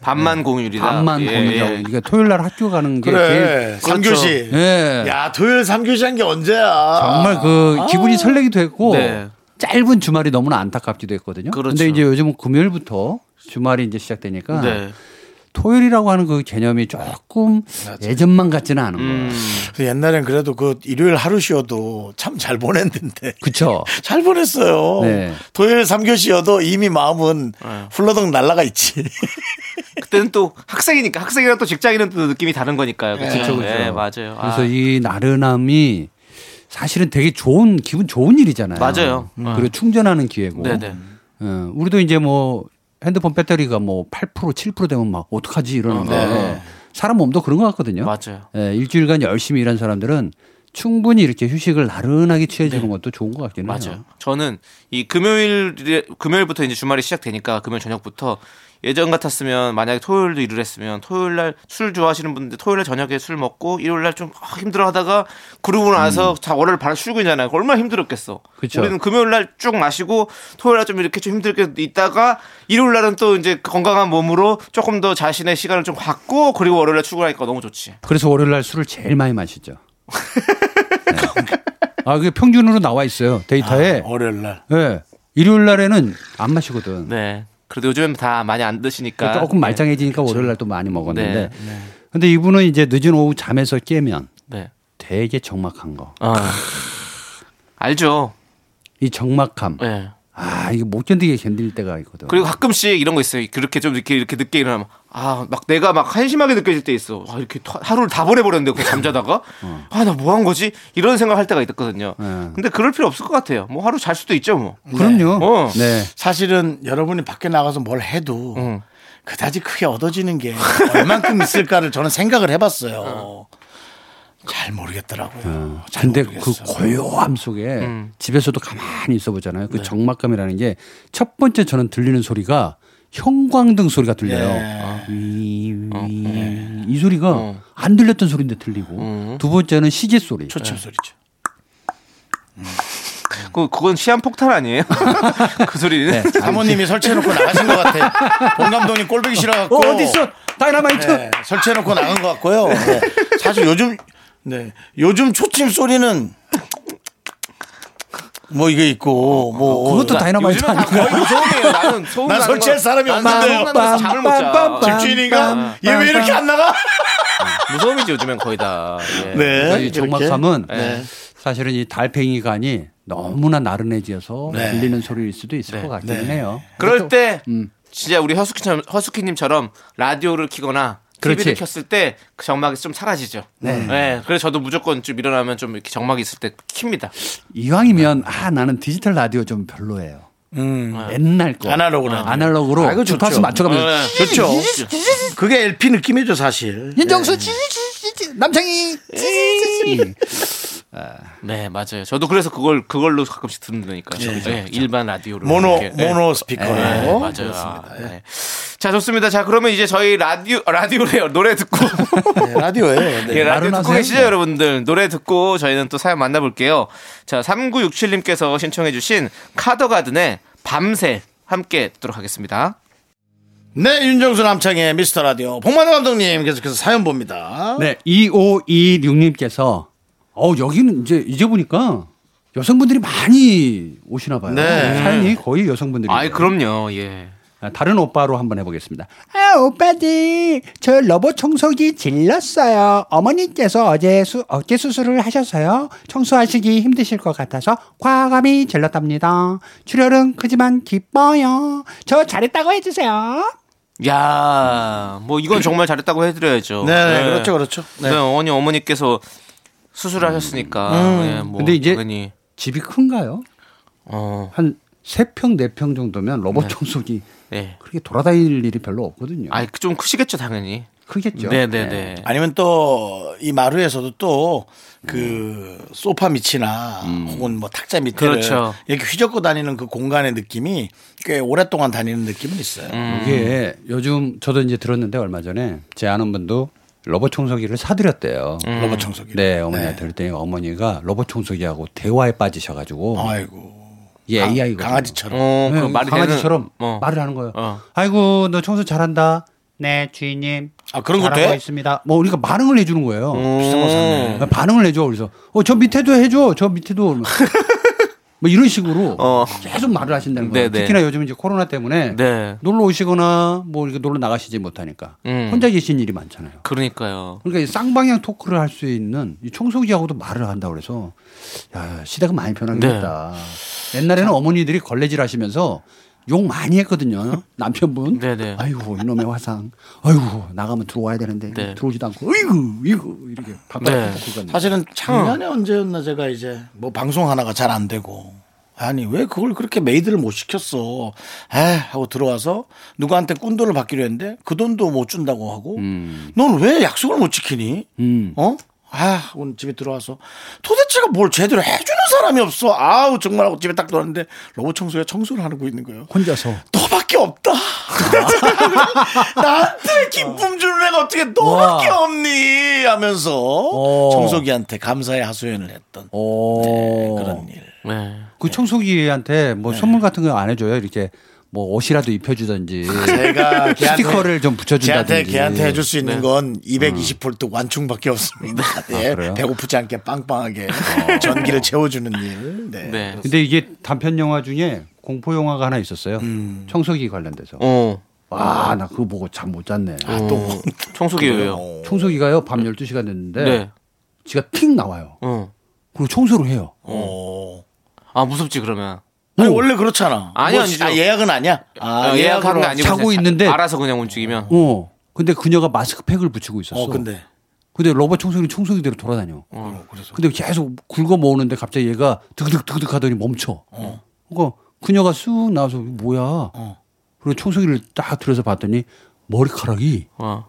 [SPEAKER 2] 반만 공휴일이다.
[SPEAKER 5] 밤만
[SPEAKER 2] 예,
[SPEAKER 5] 공휴일이라고.
[SPEAKER 2] 예.
[SPEAKER 5] 그러니까 토요일 날 학교 가는 게
[SPEAKER 1] 예, 그래. 삼교시
[SPEAKER 5] 제일 예.
[SPEAKER 1] 그렇죠. 야, 토요일 삼교시한 게 언제야?
[SPEAKER 5] 정말 그 기분이 설레기도 했고
[SPEAKER 2] 아. 네.
[SPEAKER 5] 짧은 주말이 너무나 안타깝기도 했거든요.
[SPEAKER 2] 그렇죠.
[SPEAKER 5] 근데 이제 요즘은 금요일부터 주말이 이제 시작되니까
[SPEAKER 2] 네.
[SPEAKER 5] 토요일이라고 하는 그 개념이 조금 예전만 같지는 않은
[SPEAKER 2] 음.
[SPEAKER 5] 거예요.
[SPEAKER 1] 그래서 옛날엔 그래도 그 일요일 하루 쉬어도 참 잘 보냈는데.
[SPEAKER 5] 그렇죠.
[SPEAKER 1] 잘 보냈어요.
[SPEAKER 5] 네.
[SPEAKER 1] 토요일 3교시여도 이미 마음은 훌러덩 날아가 있지.
[SPEAKER 2] 그때는 또 학생이니까 학생이랑 또 직장인은 또 느낌이 다른 거니까요. 그렇죠.
[SPEAKER 5] 그렇죠.
[SPEAKER 2] 네, 맞아요. 아,
[SPEAKER 5] 그래서 이 나른함이 사실은 되게 좋은 기분 좋은 일이잖아요.
[SPEAKER 2] 맞아요.
[SPEAKER 5] 음, 그리고 충전하는 기회고.
[SPEAKER 2] 네네.
[SPEAKER 5] 어, 우리도 이제 뭐 핸드폰 배터리가 뭐 8% 7% 되면 막 어떡하지 이러는데 사람 몸도 그런 것
[SPEAKER 2] 네.
[SPEAKER 5] 같거든요.
[SPEAKER 2] 맞아요.
[SPEAKER 5] 예, 일주일간 열심히 일한 사람들은 충분히 이렇게 휴식을 나른하게 취해주는 것도 좋은 것
[SPEAKER 2] 네.
[SPEAKER 5] 같기는
[SPEAKER 2] 맞아요.
[SPEAKER 5] 해요.
[SPEAKER 2] 음. 저는 이 금요일 금요일부터 이제 주말이 시작되니까 금요일 저녁부터 예전 같았으면 만약에 토요일도 일을 했으면 토요일 날 술 좋아하시는 분들 토요일 날 저녁에 술 먹고 일요일 날 좀 아, 힘들어하다가 그러고 나서 자 월요일 바로 쉬고 있잖아요. 얼마나 힘들었겠어.
[SPEAKER 5] 그쵸.
[SPEAKER 2] 우리는 금요일 날 쭉 마시고 토요일 날 좀 이렇게 좀 힘들게 있다가 일요일 날은 또 이제 건강한 몸으로 조금 더 자신의 시간을 좀 갖고 그리고 월요일 날 출근하니까 너무 좋지.
[SPEAKER 5] 그래서 월요일 날 술을 제일 많이 마시죠. 네. 아, 그게 평균으로 나와 있어요. 데이터에.
[SPEAKER 2] 아,
[SPEAKER 1] 월요일 날.
[SPEAKER 5] 예. 일요일 날에는 안 마시거든.
[SPEAKER 2] 네. 그래도 요즘엔 다 많이 안 드시니까
[SPEAKER 5] 아, 조금 말짱해지니까 월요일 날또 많이 먹었는데.
[SPEAKER 2] 그러니까 네.
[SPEAKER 5] 근데 이분은 이제 늦은 오후 잠에서 깨면
[SPEAKER 2] 네.
[SPEAKER 5] 되게 적막한 거.
[SPEAKER 2] 아. 알죠.
[SPEAKER 5] 이 적막함.
[SPEAKER 2] 예.
[SPEAKER 5] 아, 이거 못 견디게 견딜 때가 있거든.
[SPEAKER 2] 그리고 가끔씩 이런 거 있어요. 그렇게 좀 이렇게 이렇게 늦게 일어나면 아 막 내가 막 한심하게 느껴질 때 있어. 아 이렇게 토- 하루를 다 보내버렸는데 그냥 잠자다가 아 나 뭐 한 거지 이런 생각할 때가 있거든요.
[SPEAKER 5] 네. 음.
[SPEAKER 2] 근데 그럴 필요 없을 것 같아요. 뭐 하루 잘 수도 있죠 뭐.
[SPEAKER 5] 그럼요.
[SPEAKER 2] 어.
[SPEAKER 5] 네.
[SPEAKER 1] 사실은 여러분이 밖에 나가서 뭘 해도 그다지 크게 얻어지는 게 얼만큼 있을까를 저는 생각을 해봤어요. 어. 잘
[SPEAKER 2] 아,
[SPEAKER 1] 모르겠더라고요. 잘
[SPEAKER 5] 근데 그
[SPEAKER 1] 모르겠어.
[SPEAKER 5] 고요함 속에
[SPEAKER 2] 음.
[SPEAKER 5] 집에서도 가만히 있어 보잖아요.
[SPEAKER 2] 네.
[SPEAKER 5] 그 적막감이라는 게 첫 번째 저는 들리는 소리가 형광등 소리가 들려요.
[SPEAKER 2] 네.
[SPEAKER 5] 위,
[SPEAKER 2] 어,
[SPEAKER 5] 위.
[SPEAKER 2] 음.
[SPEAKER 5] 이 소리가 안 들렸던 소리인데 들리고 두 번째는 시계 소리.
[SPEAKER 1] 초침 소리죠.
[SPEAKER 2] 그, 그건 시한폭탄 아니에요? 그 소리는.
[SPEAKER 1] 사모님이 네. 설치해놓고 나가신 것 같아. 본 감독님 꼴보기 싫어갖고.
[SPEAKER 5] 다이너마이트.
[SPEAKER 1] 네, 설치해놓고 나간 것 같고요. 네, 사실 요즘, 네, 요즘 초침 소리는 뭐 이게 있고, 뭐.
[SPEAKER 5] 그것도 다이너마이트
[SPEAKER 2] 어, 요즘은 다
[SPEAKER 5] 아니고.
[SPEAKER 2] 거의 무서워요. 나는 소음
[SPEAKER 1] 난
[SPEAKER 2] 나는
[SPEAKER 1] 설치할
[SPEAKER 2] 거-
[SPEAKER 1] 사람이
[SPEAKER 2] 난
[SPEAKER 1] 없는데요.
[SPEAKER 2] 소음 나는 거에서 잠을 못 자.
[SPEAKER 5] 빰빰빰.
[SPEAKER 1] 집주인이가 얘 왜 이렇게 안 나가?
[SPEAKER 2] 무서움이지 요즘엔 거의 다. 예.
[SPEAKER 1] 네.
[SPEAKER 5] 그러니까 이
[SPEAKER 1] 이렇게.
[SPEAKER 5] 정막함은
[SPEAKER 1] 네.
[SPEAKER 5] 사실은 이 달팽이 간이 너무나 나른해져서
[SPEAKER 1] 네.
[SPEAKER 5] 들리는 소리일 수도 있을 것 같긴 해요.
[SPEAKER 2] 그럴 때 진짜 우리 허수키처럼, 허수키님처럼 라디오를 켜거나 TV를
[SPEAKER 5] 그렇지.
[SPEAKER 2] 켰을 때 그 정막이 좀 사라지죠. 네. 그래서 저도 무조건 좀 일어나면 좀 이렇게 정막이 있을 때 킵니다.
[SPEAKER 5] 이왕이면 아 나는 디지털 라디오 좀 별로예요. 아. 옛날 거
[SPEAKER 1] 아날로그로.
[SPEAKER 5] 아날로그로
[SPEAKER 6] 아, 이거 좋죠.
[SPEAKER 5] 주파수 맞춰가면서
[SPEAKER 2] 네.
[SPEAKER 6] 그렇죠. 그게 LP 느낌이죠, 사실.
[SPEAKER 5] 윤정수 찌찌찌찌, 남창희 찌찌찌찌.
[SPEAKER 2] 네, 맞아요. 저도 그래서 그걸 그걸로 가끔씩 듣는다니까. 요 일반 라디오로.
[SPEAKER 1] 모노,
[SPEAKER 2] 이렇게. 네.
[SPEAKER 1] 모노
[SPEAKER 2] 네,
[SPEAKER 1] 스피커로.
[SPEAKER 2] 맞아요. 아, 네. 자, 좋습니다. 자, 그러면 이제 저희 라디오 라디오래요. 노래 듣고
[SPEAKER 1] 네, 라디오에. 네.
[SPEAKER 2] 예, 라디오
[SPEAKER 5] 말은
[SPEAKER 2] 듣고
[SPEAKER 5] 하세요.
[SPEAKER 2] 계시죠, 여러분들? 노래 듣고 저희는 또 사연 만나볼게요. 자, 3967님께서 신청해주신 카더가든의 밤새 함께 듣도록 하겠습니다.
[SPEAKER 1] 네, 윤정수 남창의 미스터 라디오. 복만호 감독님 계속해서 사연 봅니다.
[SPEAKER 5] 네, 2526님께서 어 여기는 이제 이제 보니까 여성분들이 많이 오시나 봐요.
[SPEAKER 1] 네.
[SPEAKER 5] 사연이 거의 여성분들이.
[SPEAKER 2] 아이, 그럼요, 예.
[SPEAKER 5] 아, 다른 오빠로 한번 해보겠습니다. 아, 오빠들, 저 로봇 청소기 질렀어요. 어머니께서 어제 수, 어깨 수술을 하셔서요. 청소하시기 힘드실 것 같아서 과감히 질렀답니다. 출혈은 크지만 기뻐요. 저 잘했다고 해주세요.
[SPEAKER 2] 야, 뭐 이건 정말 잘했다고 해드려야죠.
[SPEAKER 1] 네, 네, 그렇죠, 그렇죠.
[SPEAKER 2] 네,
[SPEAKER 1] 네.
[SPEAKER 2] 어머니 어머니께서 수술하셨으니까. 예, 뭐
[SPEAKER 5] 근데 이제-
[SPEAKER 2] 당연히,
[SPEAKER 5] 집이 큰가요?
[SPEAKER 2] 어,
[SPEAKER 5] 한 3평, 4평 정도면 로봇 청소기
[SPEAKER 2] 네.
[SPEAKER 5] 그렇게 돌아다닐 일이 별로 없거든요.
[SPEAKER 2] 아이, 그 좀 크시겠죠, 당연히.
[SPEAKER 5] 크겠죠.
[SPEAKER 2] 네, 네, 네.
[SPEAKER 1] 아니면 또 이 마루에서도 또 그 소파 밑이나 혹은 뭐 탁자 밑에를
[SPEAKER 2] 음. 그렇죠.
[SPEAKER 1] 이렇게 휘젓고 다니는 그 공간의 느낌이 꽤 오랫동안 다니는 느낌은 있어요.
[SPEAKER 2] 음.
[SPEAKER 5] 이게
[SPEAKER 1] 음.
[SPEAKER 5] 요즘 저도 이제 들었는데 얼마 전에 제 아는 분도 로봇 청소기를 사드렸대요.
[SPEAKER 1] 음. 로봇 청소기.
[SPEAKER 5] 네, 어머니한테 네. 그랬더니 어머니가 로봇 청소기하고 대화에 빠지셔가지고
[SPEAKER 1] 아이고.
[SPEAKER 5] 예, 이게
[SPEAKER 1] 어, 강-
[SPEAKER 5] AI거든요.
[SPEAKER 1] 강아지처럼.
[SPEAKER 2] 어,
[SPEAKER 5] 네,
[SPEAKER 2] 그 말이
[SPEAKER 5] 강아지처럼
[SPEAKER 2] 되는- 어.
[SPEAKER 5] 말을 하는 거예요.
[SPEAKER 2] 어.
[SPEAKER 5] 아이고 너 청소 잘한다. 네 주인님.
[SPEAKER 1] 아, 그런 것도
[SPEAKER 5] 잘하고
[SPEAKER 1] 해?
[SPEAKER 5] 있습니다. 뭐 우리가 반응을 해주는 거예요.
[SPEAKER 2] 음. 네.
[SPEAKER 5] 반응을 해줘. 그래서 어 저 밑에도 해줘. 저 밑에도 뭐 이런 식으로
[SPEAKER 2] 어.
[SPEAKER 5] 계속 말을 하신다는 거예요.
[SPEAKER 2] 네, 네.
[SPEAKER 5] 특히나 요즘 이제 코로나 때문에
[SPEAKER 2] 네.
[SPEAKER 5] 놀러 오시거나 뭐 이렇게 놀러 나가시지 못하니까
[SPEAKER 2] 음.
[SPEAKER 5] 혼자 계신 일이 많잖아요.
[SPEAKER 2] 그러니까요.
[SPEAKER 5] 그러니까 이 쌍방향 토크를 할 수 있는 이 청소기하고도 말을 한다 그래서 야 시대가 많이 변하겠다.
[SPEAKER 2] 네.
[SPEAKER 5] 옛날에는 어머니들이 걸레질 하시면서 욕 많이 했거든요. 남편분.
[SPEAKER 2] 네, 네.
[SPEAKER 5] 아이고 이놈의 화상. 아이고 나가면 들어와야 되는데
[SPEAKER 2] 네.
[SPEAKER 5] 들어오지도 않고. 이구 이구 이렇게 밥을
[SPEAKER 2] 네.
[SPEAKER 5] 먹고 가
[SPEAKER 1] 사실은 작년에 언제였나 제가 이제 뭐 방송 하나가 잘 안 되고 아니 왜 그걸 그렇게 메이드를 못 시켰어 에 하고 들어와서 누구한테 꾼돈을 받기로 했는데 그 돈도 못 준다고 하고 넌 왜 약속을 못 지키니 어? 아 오늘 집에 들어와서 도대체가 뭘 제대로 해주는 사람이 없어 아우 정말 하고 집에 딱 들어왔는데 로봇 청소기가 청소를 하고 있는 거예요
[SPEAKER 5] 혼자서.
[SPEAKER 1] 너밖에 없다. 나한테 기쁨 주는 애가 어떻게 너밖에
[SPEAKER 5] 와.
[SPEAKER 1] 없니? 하면서
[SPEAKER 5] 어.
[SPEAKER 1] 청소기한테 감사의 하소연을 했던
[SPEAKER 5] 어.
[SPEAKER 1] 그런 일.
[SPEAKER 2] 네.
[SPEAKER 5] 그 청소기한테 뭐 선물 같은 거 안 해줘요. 이렇게 뭐 옷이라도 입혀주든지
[SPEAKER 2] 아, 네.
[SPEAKER 1] 제가 걔한테-
[SPEAKER 5] 스티커를 좀 붙여준다든지. 네.
[SPEAKER 1] 걔한테
[SPEAKER 5] 음.
[SPEAKER 1] 걔한테 해줄 수 있는 건 220볼트 완충밖에 없습니다. 네.
[SPEAKER 5] 아, 그래요? 어.
[SPEAKER 1] 배고프지 않게 빵빵하게 전기를 채워주는 일. 네.
[SPEAKER 2] 네.
[SPEAKER 5] 근데 이게 단편 영화 중에 공포 영화가 하나 있었어요.
[SPEAKER 2] 음.
[SPEAKER 5] 청소기 관련돼서.
[SPEAKER 2] 어.
[SPEAKER 5] 와, 나 그거 보고 잠 못 잤네.
[SPEAKER 2] 또 어. 청소기예요.
[SPEAKER 1] 어,
[SPEAKER 5] 청소기가요, 밤 12시가 됐는데,
[SPEAKER 2] 네.
[SPEAKER 5] 지가 틱 나와요.
[SPEAKER 2] 어.
[SPEAKER 5] 그리고 청소를 해요.
[SPEAKER 1] 어.
[SPEAKER 2] 아 무섭지 그러면.
[SPEAKER 1] 아니 원래 그렇잖아.
[SPEAKER 2] 아니,
[SPEAKER 1] 뭐,
[SPEAKER 2] 아니죠.
[SPEAKER 1] 아, 예약은 아니야. 아,
[SPEAKER 2] 어, 예약한
[SPEAKER 1] 예약으로.
[SPEAKER 2] 거 아니고
[SPEAKER 5] 자고
[SPEAKER 2] 그냥 자-
[SPEAKER 5] 있는데.
[SPEAKER 2] 알아서 그냥 움직이면.
[SPEAKER 5] 어. 근데 그녀가 마스크팩을 붙이고 있었어.
[SPEAKER 1] 어 근데
[SPEAKER 5] 근데 로봇 청소기는 청소기대로 돌아다녀. 근데 계속 긁어 모으는데 갑자기 얘가 드득드득 하더니 멈춰. 그러니까 그녀가 쑥 나와서 이거 뭐야. 그리고 청소기를 딱 들여서 봤더니 머리카락이
[SPEAKER 2] 어.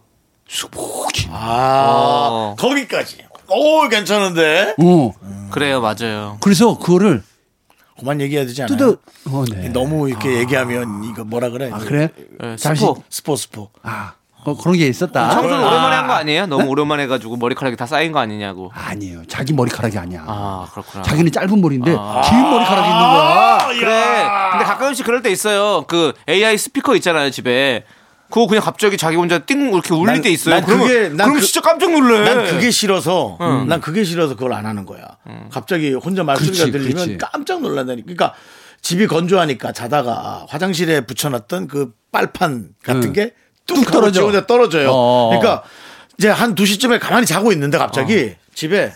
[SPEAKER 5] 수북히.
[SPEAKER 1] 아
[SPEAKER 2] 어.
[SPEAKER 1] 거기까지. 오 괜찮은데.
[SPEAKER 5] 어.
[SPEAKER 2] 그래요, 맞아요.
[SPEAKER 5] 그래서 그거를
[SPEAKER 1] 그만 얘기해야 되지 않아요?
[SPEAKER 5] 뜯어. 어, 네.
[SPEAKER 1] 너무 이렇게 얘기하면 이거 뭐라 아. 그래?
[SPEAKER 5] 아, 그래?
[SPEAKER 2] 예,
[SPEAKER 5] 잠시.
[SPEAKER 2] 스포.
[SPEAKER 1] 스포 스포.
[SPEAKER 5] 아, 어, 그런 게 있었다.
[SPEAKER 2] 청소를 오랜만에 한 거 아니에요? 네? 너무 오랜만에 해가지고 머리카락이 다 쌓인 거 아니냐고.
[SPEAKER 5] 아니에요. 자기 머리카락이 아니야.
[SPEAKER 2] 아 그렇구나.
[SPEAKER 5] 자기는 짧은 머리인데 긴 머리카락이 있는 거야.
[SPEAKER 2] 아. 그래. 근데 가끔씩 그럴 때 있어요. 그 AI 스피커 있잖아요 집에. 그거 그냥 갑자기 자기 혼자 띵 이렇게 울릴
[SPEAKER 1] 난-
[SPEAKER 2] 때 있어요.
[SPEAKER 1] 난
[SPEAKER 2] 그러면
[SPEAKER 1] 그게- 난
[SPEAKER 2] 그럼
[SPEAKER 1] 그-
[SPEAKER 2] 진짜 깜짝 놀래.
[SPEAKER 1] 난 그게 싫어서 음. 난 그게 싫어서 그걸 안 하는 거야. 갑자기 혼자 말소리가
[SPEAKER 5] 그렇지,
[SPEAKER 1] 들리면
[SPEAKER 5] 그렇지.
[SPEAKER 1] 깜짝 놀란다니. 그러니까 집이 건조하니까 자다가 화장실에 붙여놨던 그 빨판 같은
[SPEAKER 5] 응.
[SPEAKER 1] 게 뚝 떨어져.
[SPEAKER 5] 떨어져.
[SPEAKER 1] 혼자 떨어져요.
[SPEAKER 5] 어.
[SPEAKER 1] 그러니까 이제 한 2시쯤에 가만히 자고 있는데 갑자기 집에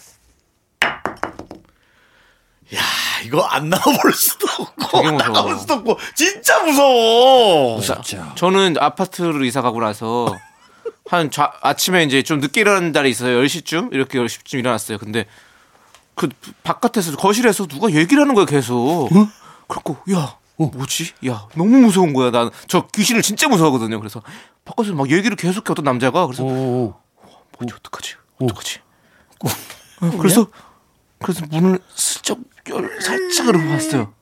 [SPEAKER 1] 야, 이거 안 나와볼 수도
[SPEAKER 2] 되게
[SPEAKER 1] 없고,
[SPEAKER 2] 무서워.
[SPEAKER 1] 나가볼 수도 없고, 진짜 무서워!
[SPEAKER 5] 진짜.
[SPEAKER 2] 그렇죠. 저는 아파트로 이사 가고 나서 한 좌- 아침에 이제 좀 늦게 일어난 날이 있어요. 10시쯤? 이렇게 10시쯤 일어났어요. 근데 그 바깥에서 거실에서 누가 얘기를 하는 거야, 계속. 그래갖고 야, 뭐지? 야, 너무 무서운 거야. 난 저 귀신을 진짜 무서워하거든요. 그래서 바깥에서 막 얘기를 계속해 어떤 남자가 그래서
[SPEAKER 5] 오,
[SPEAKER 2] 뭐지 어떡하지? 어떡하지? 어, 그래서 그래서 문을 슬쩍 열 살짝 열어 봤어요.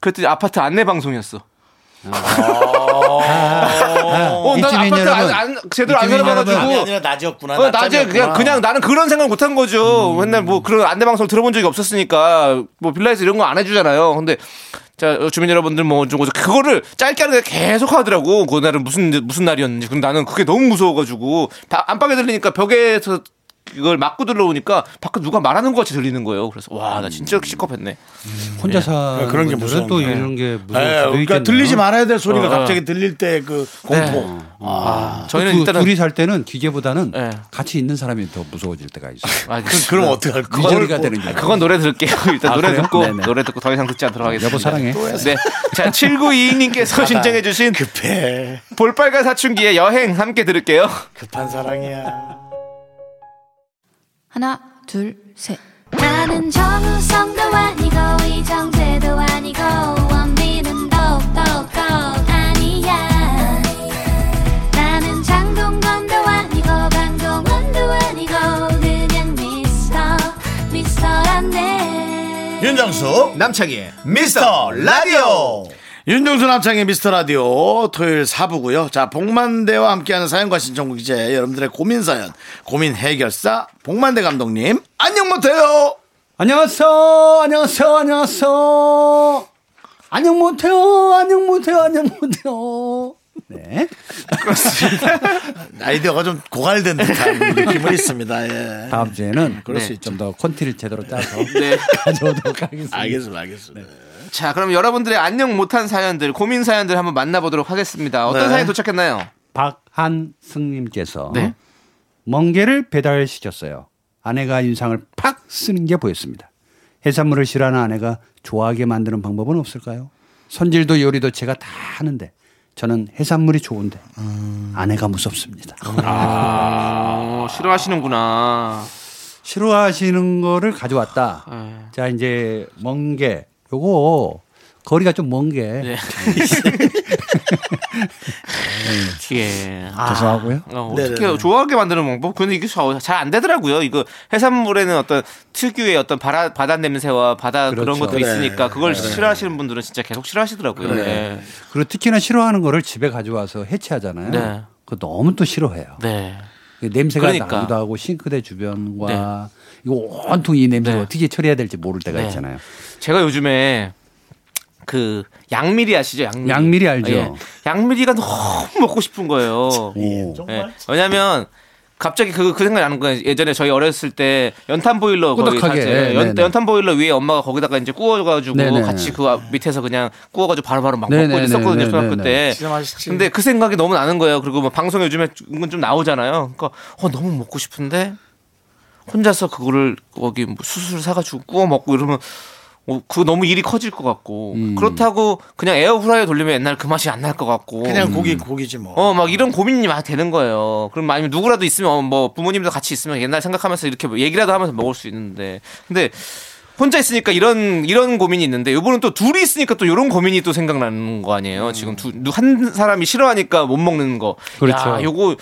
[SPEAKER 2] 그랬더니 아파트 안내 방송이었어. 어, 난
[SPEAKER 5] 이쯤인
[SPEAKER 2] 아파트 안,
[SPEAKER 5] 여러분.
[SPEAKER 2] 안- 제대로 안
[SPEAKER 5] 이쯤인
[SPEAKER 1] 밤이
[SPEAKER 2] 열어봐가지고
[SPEAKER 1] 아니라 낮이었구나.
[SPEAKER 2] 어, 낮에 그냥,
[SPEAKER 1] 낮잠이었구나.
[SPEAKER 2] 그냥 나는 그런 생각 못 한 거죠. 맨날 뭐 그런 안내 방송 들어본 적이 없었으니까 뭐 빌라에서 이런 거 안 해주잖아요. 근데 자 어, 주민 여러분들 뭐 어쩌고 저쩌고 그거를 짧게 하는 게 계속 하더라고. 그날은 무슨 무슨 날이었는지. 근데 나는 그게 너무 무서워가지고 바- 안방에 들리니까 벽에서 이걸 막고 들러오니까 밖에 누가 말하는 것 같이 들리는 거예요. 그래서 와 나 진짜 시커했네.
[SPEAKER 5] 혼자
[SPEAKER 2] 예.
[SPEAKER 5] 사는
[SPEAKER 1] 네, 그런 게
[SPEAKER 5] 분들은
[SPEAKER 1] 무서운
[SPEAKER 5] 또
[SPEAKER 1] 거예요.
[SPEAKER 5] 이런 게
[SPEAKER 1] 예,
[SPEAKER 5] 무서울 수도
[SPEAKER 1] 그러니까
[SPEAKER 5] 있겠네요. 네.
[SPEAKER 1] 들리지 말아야 될 소리가
[SPEAKER 2] 어, 어.
[SPEAKER 1] 갑자기 들릴 때 그 공포.
[SPEAKER 2] 저희는
[SPEAKER 5] 그
[SPEAKER 2] 일단은
[SPEAKER 5] 둘이 살 때는 기계보다는
[SPEAKER 2] 네.
[SPEAKER 5] 같이 있는 사람이 더 무서워질 때가 있어요.
[SPEAKER 2] 아,
[SPEAKER 1] 그, 그럼 어떻게 할 거야?
[SPEAKER 5] 미저리가 되는 경우.
[SPEAKER 2] 그건 노래 들을게요. 일단
[SPEAKER 5] 아,
[SPEAKER 2] 노래
[SPEAKER 5] 그래요?
[SPEAKER 2] 듣고
[SPEAKER 5] 네네.
[SPEAKER 2] 노래 듣고 더 이상 듣지 않도록 하겠습니다.
[SPEAKER 5] 여보 사랑해.
[SPEAKER 2] 네. 자, 7922님께서 신청해 주신
[SPEAKER 1] 급해.
[SPEAKER 2] 볼빨간 사춘기의 여행 함께 들을게요.
[SPEAKER 1] 급한 사랑이야.
[SPEAKER 7] 하나, 둘, 셋.
[SPEAKER 3] 나는 정우성도 아니고 이정재도 아니고 원빈은 더욱더 아니야 나는 장동건도 아니고 강동원도 아니고 그냥 미스터 미스터란데
[SPEAKER 1] 윤정수 남창희의 미스터 라디오 윤정수 남창희의 미스터 라디오 토요일 4부고요 자 복만대와 함께하는 사연과 신청곡 이제 여러분들의 고민사연 고민 해결사 복만대 감독님 안녕 못해요
[SPEAKER 5] 안녕하세요. 안녕하세요. 안녕하세요. 안녕 못해요. 안녕 못해요. 안녕 못해요. 네.
[SPEAKER 1] 아이디어가 좀 고갈된 듯한 느낌은 있습니다 예.
[SPEAKER 5] 다음 주에는
[SPEAKER 1] 그럴 수 있죠.
[SPEAKER 5] 좀 더 콘티를 제대로 짜서
[SPEAKER 2] 네.
[SPEAKER 5] 가져오도록 하겠습니다.
[SPEAKER 1] 알겠습니다 알겠습니다
[SPEAKER 5] 네.
[SPEAKER 2] 자, 그럼 여러분들의 안녕 못한 사연들, 고민 사연들 한번 만나보도록 하겠습니다. 어떤
[SPEAKER 1] 네.
[SPEAKER 2] 사연 도착했나요?
[SPEAKER 5] 박한승님께서
[SPEAKER 2] 네.
[SPEAKER 5] 멍게를 배달시켰어요. 아내가 인상을 팍 쓰는 게 보였습니다. 해산물을 싫어하는 아내가 좋아하게 만드는 방법은 없을까요? 손질도 요리도 제가 다 하는데 저는 해산물이 좋은데 아내가 무섭습니다.
[SPEAKER 2] 어, 싫어하시는구나.
[SPEAKER 5] 싫어하시는 거를 가져왔다.
[SPEAKER 2] 예.
[SPEAKER 5] 자 이제 멍게 요거 거리가 좀 먼 게
[SPEAKER 2] 네. 예.
[SPEAKER 5] 죄송하고요.
[SPEAKER 2] 어,
[SPEAKER 1] 아, 네네네.
[SPEAKER 2] 어떻게 좋아하게 만드는 방법? 근데 이게 잘 안 되더라고요. 이거 해산물에는 어떤 특유의 어떤 바다, 바다 냄새와 바다 그런
[SPEAKER 5] 그렇죠.
[SPEAKER 2] 것도
[SPEAKER 1] 그래.
[SPEAKER 2] 있으니까
[SPEAKER 1] 네.
[SPEAKER 2] 그걸 싫어하시는 분들은 진짜 계속 싫어하시더라고요. 네.
[SPEAKER 5] 그리고 특히나 싫어하는 거를 집에 가져와서 해체하잖아요.
[SPEAKER 2] 네.
[SPEAKER 5] 그거 너무 또 싫어해요.
[SPEAKER 2] 네.
[SPEAKER 5] 그 냄새가
[SPEAKER 2] 그러니까.
[SPEAKER 5] 나기도 하고 싱크대 주변과 이거 온통 이 냄새 를
[SPEAKER 2] 네.
[SPEAKER 5] 어떻게 처리해야 될지 모를 때가
[SPEAKER 2] 네.
[SPEAKER 5] 있잖아요.
[SPEAKER 2] 제가 요즘에 그 양미리 아시죠? 양미리.
[SPEAKER 5] 양미리 알죠?
[SPEAKER 2] 양미리가 너무 먹고 싶은 거예요.
[SPEAKER 5] 오.
[SPEAKER 2] 예. 왜냐면 갑자기 그, 그 생각이 나는 거예요. 예전에 저희 어렸을 때 연탄 보일러 거기
[SPEAKER 5] 꾸덕하게.
[SPEAKER 2] 살때 연,
[SPEAKER 5] 네네.
[SPEAKER 2] 연탄 보일러 위에 엄마가 거기다가 이제 구워가지고
[SPEAKER 5] 네네.
[SPEAKER 2] 같이 그 앞- 밑에서 그냥 구워가지고 바로바로 막
[SPEAKER 5] 네네네.
[SPEAKER 2] 먹고 있었거든요
[SPEAKER 5] 네네네.
[SPEAKER 2] 초등학교 때.
[SPEAKER 1] 진짜 맛있지.
[SPEAKER 2] 근데 그 생각이 너무 나는 거예요. 그리고 뭐 방송에 요즘에 은근 좀 나오잖아요. 그러니까 어, 너무 먹고 싶은데 혼자서 그거를 거기 뭐 수술 사가지고 구워 먹고 이러면 어, 그거 너무 일이 커질 것 같고
[SPEAKER 1] 음.
[SPEAKER 2] 그렇다고 그냥 에어프라이어 돌리면 옛날 그 맛이 안 날 것 같고
[SPEAKER 1] 그냥
[SPEAKER 5] 음.
[SPEAKER 1] 고기 고기지 뭐
[SPEAKER 2] 어 막 이런 고민이 막 되는 거예요. 그럼 아니면 누구라도 있으면 어, 뭐 부모님도 같이 있으면 옛날 생각하면서 이렇게 뭐 얘기라도 하면서 먹을 수 있는데 근데 혼자 있으니까 이런 이런 고민이 있는데 이번은 또 둘이 있으니까 또 이런 고민이 또 생각나는 거 아니에요. 지금 두한 사람이 싫어하니까 못 먹는 거.
[SPEAKER 5] 음. 그렇죠.
[SPEAKER 2] 야, 요거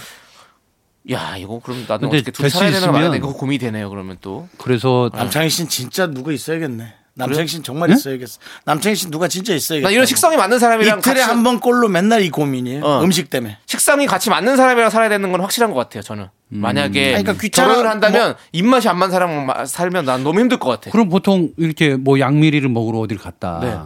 [SPEAKER 2] 야 이거 그럼 나도
[SPEAKER 5] 근데
[SPEAKER 2] 어떻게 둘이 살아야
[SPEAKER 5] 같이
[SPEAKER 2] 되나 말아야 되나
[SPEAKER 5] 있으면-
[SPEAKER 2] 이거 고민이 되네요. 그러면 또
[SPEAKER 5] 그래서
[SPEAKER 1] 남창희 씨는 진짜 누구 있어야겠네 남창희 씨는 정말 있어야겠어. 남창희 씨 누가 진짜
[SPEAKER 5] 예.
[SPEAKER 1] 있어야겠어.
[SPEAKER 2] 나 이런 식성이 맞는 사람이랑
[SPEAKER 1] 이틀에
[SPEAKER 2] 같이-
[SPEAKER 1] 한 번 꼴로 맨날 이 고민이에요.
[SPEAKER 2] 어.
[SPEAKER 1] 음식 때문에.
[SPEAKER 2] 식상이 같이 맞는 사람이랑 살아야 되는 건 확실한 것 같아요. 저는
[SPEAKER 5] 음.
[SPEAKER 2] 만약에
[SPEAKER 1] 아니, 그러니까 귀찮아-
[SPEAKER 2] 결혼을 한다면 입맛이 안 맞는 사람 마- 살면 난 너무 힘들 것 같아.
[SPEAKER 5] 뭐- 그럼 보통 이렇게 뭐 양미리를 먹으러 어딜 갔다.
[SPEAKER 2] 네.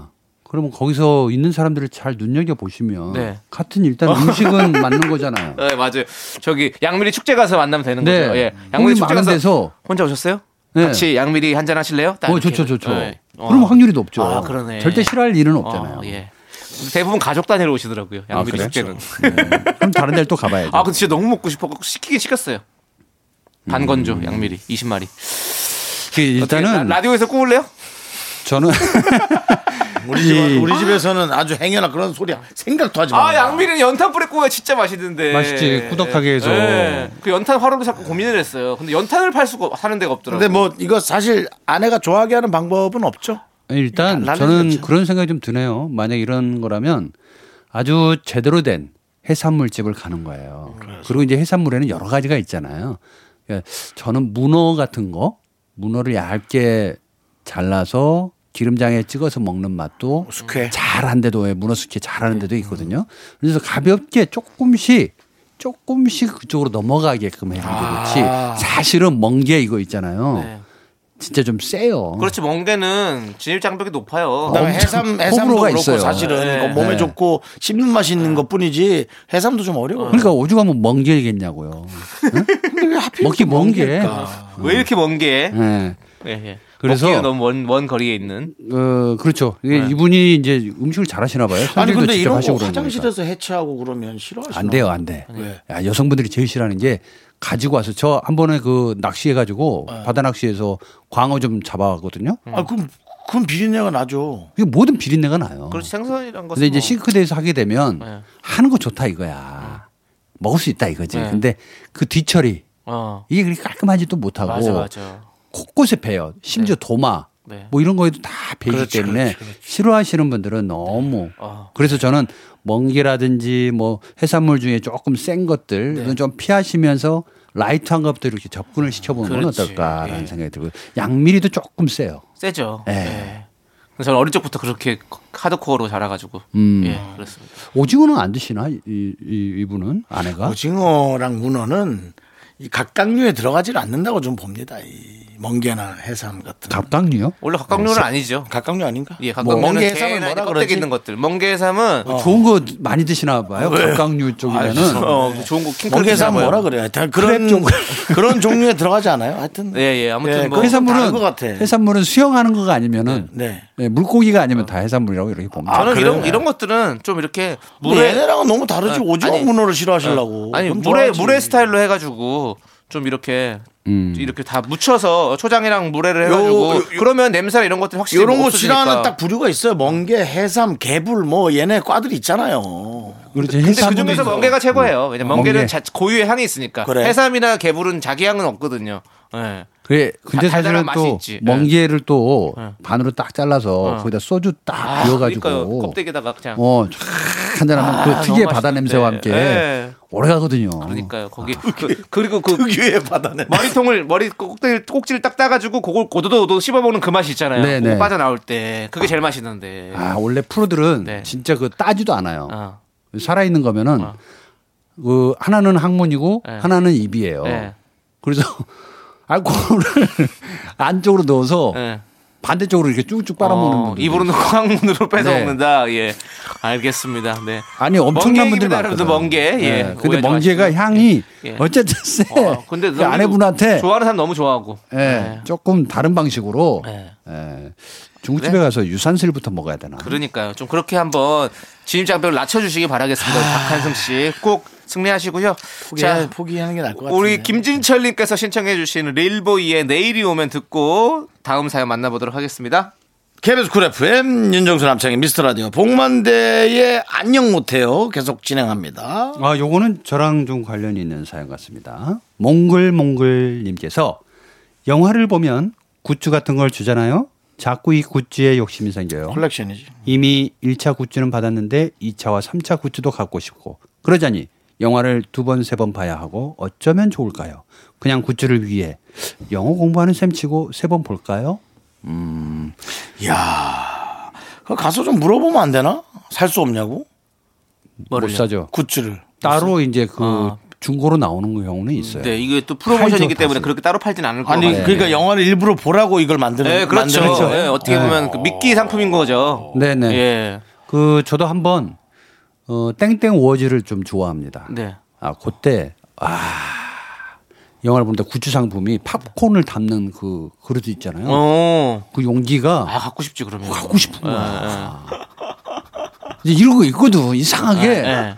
[SPEAKER 5] 그러면 거기서 있는 사람들을 잘 눈여겨 보시면
[SPEAKER 2] 네.
[SPEAKER 5] 같은 일단 음식은 맞는 거잖아요.
[SPEAKER 2] 네 맞아요. 저기 양미리 축제 가서 만나면 되는
[SPEAKER 5] 네.
[SPEAKER 2] 거죠. 예,
[SPEAKER 5] 형님
[SPEAKER 2] 양미리 축제
[SPEAKER 5] 많은
[SPEAKER 2] 가서
[SPEAKER 5] 데서.
[SPEAKER 2] 혼자 오셨어요?
[SPEAKER 5] 네.
[SPEAKER 2] 같이 양미리 한 잔 하실래요? 딱
[SPEAKER 5] 어,
[SPEAKER 2] 이렇게.
[SPEAKER 5] 좋죠, 좋죠.
[SPEAKER 2] 네. 어.
[SPEAKER 5] 그럼 확률이 높죠.
[SPEAKER 2] 아, 그러네.
[SPEAKER 5] 절대 싫어할 일은 없잖아요. 아,
[SPEAKER 2] 어, 예. 근데 대부분 가족 단위로 오시더라고요. 양미리
[SPEAKER 5] 그래요?
[SPEAKER 2] 축제는.
[SPEAKER 5] 그럼 다른 데를 또 가봐야죠.
[SPEAKER 2] 아 근데 진짜 너무 먹고 싶어 갖고 시키긴 시켰어요. 반건조 양미리 20마리.
[SPEAKER 5] 그 음. 일단은
[SPEAKER 2] 라디오에서 구울래요?
[SPEAKER 5] 저는
[SPEAKER 1] 우리 집 우리 집에서는 아주 행여나 그런 소리 생각도 하지 마.
[SPEAKER 2] 아 양미리는 연탄 불에 구워야 진짜 맛있는데.
[SPEAKER 5] 맛있지, 꾸덕하게 해서.
[SPEAKER 2] 예. 그 연탄 화로를 자꾸 고민을 했어요. 근데 연탄을 팔 수가 사는 데가 없더라고요.
[SPEAKER 1] 근데 뭐 이거 사실 아내가 좋아하게 하는 방법은 없죠.
[SPEAKER 5] 일단
[SPEAKER 1] 라면
[SPEAKER 5] 저는
[SPEAKER 1] 그렇죠.
[SPEAKER 5] 그런 생각이 좀 드네요. 만약 이런 거라면 아주 제대로 된 해산물집을 가는
[SPEAKER 1] 음,
[SPEAKER 5] 거예요.
[SPEAKER 1] 그렇죠.
[SPEAKER 5] 그리고 이제 해산물에는 여러 가지가 있잖아요. 그러니까 저는 문어 같은 거, 문어를 얇게 잘라서 기름장에 찍어서 먹는 맛도
[SPEAKER 1] 숙회.
[SPEAKER 5] 잘한 데도 왜 문어 숙회 잘하는
[SPEAKER 1] 음.
[SPEAKER 5] 데도 있거든요. 그래서 가볍게 조금씩 조금씩 그쪽으로 넘어가게끔 해야
[SPEAKER 1] 아.
[SPEAKER 5] 되겠지. 사실은 먼 게 이거 있잖아요.
[SPEAKER 2] 네.
[SPEAKER 5] 진짜 좀 세요.
[SPEAKER 1] 그렇죠.
[SPEAKER 2] 그렇지 멍게는 진입 장벽이 높아요. 어?
[SPEAKER 1] 그다음에
[SPEAKER 5] 엄청
[SPEAKER 1] 해삼 해삼도
[SPEAKER 5] 호불호가
[SPEAKER 1] 그렇고
[SPEAKER 5] 있어요.
[SPEAKER 1] 사실은
[SPEAKER 2] 네.
[SPEAKER 1] 그거 몸에
[SPEAKER 5] 네.
[SPEAKER 1] 좋고 씹는 맛이 있는 것뿐이지 해삼도 좀 어려워.
[SPEAKER 5] 그러니까 오죽하면 멍게겠냐고요. 먹기 멍게.
[SPEAKER 2] 왜 이렇게 먼게?
[SPEAKER 1] 음.
[SPEAKER 5] 예.
[SPEAKER 2] 예, 예.
[SPEAKER 5] 그래서-
[SPEAKER 2] 먹기가 너무 먼, 먼 거리에 있는.
[SPEAKER 5] 어, 그렇죠. 이게 이분이 이제 음식을 잘하시나 봐요.
[SPEAKER 1] 네. 아니
[SPEAKER 5] 손질도
[SPEAKER 1] 근데
[SPEAKER 5] 직접
[SPEAKER 1] 이런 거
[SPEAKER 5] 하시고 그러는 거니까.
[SPEAKER 1] 화장실에서 해체하고 그러면 싫어하시나? 네.
[SPEAKER 5] 안 돼요, 안 돼.
[SPEAKER 1] 왜?
[SPEAKER 5] 야, 여성분들이 제일 싫어하는 게 가지고 와서 저 한 번에 그 낚시해가지고
[SPEAKER 1] 네.
[SPEAKER 5] 바다 낚시해서 광어 좀 잡아왔거든요.
[SPEAKER 1] 아 그럼 그럼 비린내가 나죠.
[SPEAKER 5] 이게 모든 비린내가 나요.
[SPEAKER 2] 그렇지 생선이란 것은
[SPEAKER 5] 근데 이제
[SPEAKER 2] 뭐
[SPEAKER 5] 싱크대에서 하게 되면
[SPEAKER 2] 네.
[SPEAKER 5] 하는 거 좋다
[SPEAKER 1] 네.
[SPEAKER 5] 이거야. 먹을 수 있다 이거지.
[SPEAKER 2] 네.
[SPEAKER 5] 근데 그 뒤처리
[SPEAKER 2] 어.
[SPEAKER 5] 이게 그렇게 깔끔하지도 못하고
[SPEAKER 2] 맞아 맞아.
[SPEAKER 5] 곳곳에 배요. 심지어 도마
[SPEAKER 2] 네.
[SPEAKER 5] 뭐 이런 거에도 다 배이기
[SPEAKER 1] 그렇죠,
[SPEAKER 5] 때문에 싫어하시는
[SPEAKER 1] 네.
[SPEAKER 5] 분들은 너무
[SPEAKER 2] 어.
[SPEAKER 5] 그래서 저는 멍게라든지 뭐 해산물 중에 조금 센
[SPEAKER 1] 네.
[SPEAKER 5] 것들은 좀 피하시면서 라이트한 것들 이렇게 접근을 시켜보는 건
[SPEAKER 2] 그렇지.
[SPEAKER 5] 어떨까라는
[SPEAKER 1] 예.
[SPEAKER 5] 생각이 들고 양미리도 조금 세요.
[SPEAKER 2] 세죠.
[SPEAKER 5] 예.
[SPEAKER 2] 예. 근데 저는 어릴 적부터 그렇게 하드코어로 자라가지고.
[SPEAKER 5] 음.
[SPEAKER 2] 예, 그렇습니다.
[SPEAKER 5] 오징어는 안 드시나 이, 이, 이분은 아내가?
[SPEAKER 1] 오징어랑 문어는 이 각각류에 들어가질 않는다고 좀 봅니다. 이 멍게나 해삼 같은.
[SPEAKER 5] 갑각류요?
[SPEAKER 2] 원래
[SPEAKER 5] 음.
[SPEAKER 2] 각각류는 아니죠.
[SPEAKER 1] 각각류 아닌가?
[SPEAKER 2] 예,
[SPEAKER 1] 뭐
[SPEAKER 2] 각각류는
[SPEAKER 1] 멍게
[SPEAKER 2] 개나
[SPEAKER 1] 해삼은
[SPEAKER 2] 이제
[SPEAKER 1] 뭐라
[SPEAKER 2] 껍데기
[SPEAKER 1] 그러지?
[SPEAKER 2] 있는 것들. 멍게 해삼은
[SPEAKER 1] 어.
[SPEAKER 5] 좋은 거 많이 드시나 봐요. 갑각류 쪽이면은
[SPEAKER 2] 어, 좋은 거 킹크랩
[SPEAKER 1] 네. 멍게 해삼 뭐라 그래요? 다 그런 그런 종류에 들어가지 않아요? 하여튼
[SPEAKER 2] 예, 예. 아무튼
[SPEAKER 1] 예,
[SPEAKER 2] 뭐
[SPEAKER 1] 그래서-
[SPEAKER 5] 해산물은
[SPEAKER 1] 다른 것 같아.
[SPEAKER 5] 해산물은 수영하는 거가 아니면은
[SPEAKER 1] 네. 어.
[SPEAKER 5] 네, 물고기가 아니면 다 해산물이라고 이렇게 봅니다.
[SPEAKER 2] 저는
[SPEAKER 1] 아, 그래요?
[SPEAKER 2] 이런 이런 것들은 좀 이렇게
[SPEAKER 1] 뭐
[SPEAKER 2] 물에
[SPEAKER 1] 얘네랑은 너무 다르지
[SPEAKER 2] 아니,
[SPEAKER 1] 오징어
[SPEAKER 2] 아니,
[SPEAKER 1] 문어를 싫어하시려고
[SPEAKER 2] 아니
[SPEAKER 1] 그럼
[SPEAKER 2] 물에
[SPEAKER 1] 좋아하지. 뭐. 음.
[SPEAKER 2] 물에 스타일로 해가지고 좀 이렇게 이렇게 다 묻혀서 초장이랑 물에를 해가지고
[SPEAKER 1] 요- 요-
[SPEAKER 2] 그러면 냄새나 이런 것들이 확실히
[SPEAKER 1] 이런 거
[SPEAKER 2] 없어지니까.
[SPEAKER 1] 싫어하는 딱 부류가 있어요. 멍게, 해삼, 개불 뭐 얘네 과들이 있잖아요.
[SPEAKER 2] 근데
[SPEAKER 5] 그렇죠.
[SPEAKER 2] 그
[SPEAKER 5] 해산물이
[SPEAKER 2] 중에서
[SPEAKER 5] 있어요.
[SPEAKER 2] 멍게가 최고예요. 왜냐 면
[SPEAKER 5] 멍게.
[SPEAKER 2] 멍게는 자- 고유의 향이 있으니까.
[SPEAKER 1] 음. 그래.
[SPEAKER 2] 해삼이나 개불은 자기 향은 없거든요. 예.
[SPEAKER 5] 그래. 근데
[SPEAKER 2] 다- 달달한
[SPEAKER 5] 사실은
[SPEAKER 2] 맛이
[SPEAKER 5] 또
[SPEAKER 2] 있지.
[SPEAKER 5] 멍게를 또
[SPEAKER 2] 예.
[SPEAKER 5] 반으로 딱 잘라서
[SPEAKER 2] 어.
[SPEAKER 5] 거기다 소주 딱
[SPEAKER 2] 아, 그러니까요.
[SPEAKER 5] 비워가지고
[SPEAKER 2] 껍데기에다가 그냥 아,
[SPEAKER 5] 어, 쫙 한잔하면 그 특유의
[SPEAKER 2] 너무
[SPEAKER 5] 바다
[SPEAKER 2] 맛있는데.
[SPEAKER 5] 냄새와 함께
[SPEAKER 2] 예.
[SPEAKER 5] 오래 가거든요.
[SPEAKER 2] 그러니까요. 거기
[SPEAKER 1] 아,
[SPEAKER 2] 그, 그리고 그
[SPEAKER 1] 특유의 바다네.
[SPEAKER 2] 머리통을 머리 꼭대기 꼭지를 딱 따가지고 그걸 고도도도 씹어먹는 그 맛이 있잖아요.
[SPEAKER 5] 네,
[SPEAKER 2] 그거
[SPEAKER 5] 네.
[SPEAKER 2] 빠져나올 때 그게 제일 맛있는데.
[SPEAKER 5] 아, 원래 프로들은
[SPEAKER 2] 네.
[SPEAKER 5] 진짜 그 따지도 않아요.
[SPEAKER 2] 어.
[SPEAKER 5] 살아있는 거면은
[SPEAKER 2] 어.
[SPEAKER 5] 그 하나는 항문이고
[SPEAKER 2] 예.
[SPEAKER 5] 하나는 입이에요.
[SPEAKER 2] 예.
[SPEAKER 5] 그래서 알코올을 안쪽으로 넣어서
[SPEAKER 2] 예.
[SPEAKER 5] 반대쪽으로 이렇게 쭉쭉 빨아먹는
[SPEAKER 2] 어,
[SPEAKER 5] 분들.
[SPEAKER 2] 입으로는 꽝문으로 빼서
[SPEAKER 5] 네.
[SPEAKER 2] 먹는다. 예. 알겠습니다. 네.
[SPEAKER 5] 아니 엄청난 분들
[SPEAKER 2] 멍게입니다, 여러분들.
[SPEAKER 5] 많거든요.
[SPEAKER 2] 멍게. 예.
[SPEAKER 5] 네. 근데
[SPEAKER 2] 오해하지
[SPEAKER 5] 멍게가
[SPEAKER 2] 마시고.
[SPEAKER 5] 향이
[SPEAKER 2] 예.
[SPEAKER 5] 어쨌든 세.
[SPEAKER 2] 어, 근데
[SPEAKER 5] 그
[SPEAKER 2] 너무
[SPEAKER 5] 아내분한테
[SPEAKER 2] 좋아하는 네. 사람 너무 좋아하고.
[SPEAKER 5] 예, 조금 다른 방식으로
[SPEAKER 2] 예.
[SPEAKER 5] 예, 중국집에 가서 유산슬부터 먹어야 되나.
[SPEAKER 2] 그러니까요. 좀 그렇게 한번 진입장벽을 낮춰주시기 바라겠습니다.
[SPEAKER 5] 아.
[SPEAKER 2] 박한승 씨. 꼭 승리하시고요.
[SPEAKER 1] 포기하, 포기하는 게 나을 것 같아요.
[SPEAKER 2] 우리 김진철님께서 신청해주신 릴보이의 내일이 오면 듣고 다음 사연 만나보도록 하겠습니다.
[SPEAKER 1] KBS 쿨 FM 윤정수 남창의 미스터 라디오 복만대의 안녕 못해요 계속 진행합니다.
[SPEAKER 5] 아, 요거는 저랑 좀 관련이 있는 사연 같습니다. 몽글몽글님께서 영화를 보면 굿즈 같은 걸 주잖아요. 자꾸 이 굿즈에 욕심이 생겨요.
[SPEAKER 1] 컬렉션이지.
[SPEAKER 5] 이미 1차 굿즈는 받았는데 2차와 3차 굿즈도 갖고 싶고 그러자니 영화를 두 번 세 번 봐야 하고 어쩌면 좋을까요? 그냥 굿즈를 위해 영어 공부하는 셈 치고 세 번 볼까요?
[SPEAKER 1] 야 가서 좀 물어보면 안 되나? 살 수 없냐고?
[SPEAKER 8] 못
[SPEAKER 2] 뭐를요?
[SPEAKER 8] 사죠.
[SPEAKER 1] 굿즈를.
[SPEAKER 8] 따로 이제 그 중고로 나오는 경우는 있어요.
[SPEAKER 2] 네, 이게 또 프로모션이기
[SPEAKER 8] 팔죠,
[SPEAKER 2] 때문에
[SPEAKER 8] 팔죠.
[SPEAKER 2] 그렇게 따로 팔진 않을 거예요.
[SPEAKER 1] 아니 그러니까 영화를 일부러 보라고 이걸 만드는
[SPEAKER 2] 네, 그렇죠.
[SPEAKER 1] 만드는 거예요.
[SPEAKER 2] 예, 어떻게
[SPEAKER 5] 네.
[SPEAKER 2] 보면 그 미끼 상품인 거죠.
[SPEAKER 8] 네네.
[SPEAKER 2] 예.
[SPEAKER 8] 그 저도 한번 어, 땡땡 워즈를 좀 좋아합니다.
[SPEAKER 2] 네.
[SPEAKER 8] 아 그때 아 영화를 보는데 굿즈 상품이 팝콘을 담는 그 그릇 있잖아요.
[SPEAKER 2] 어.
[SPEAKER 8] 그 용기가
[SPEAKER 2] 아, 갖고 싶지 그러면.
[SPEAKER 8] 갖고 싶은 거야. 이제 이런 거 있거든 이상하게
[SPEAKER 2] 예.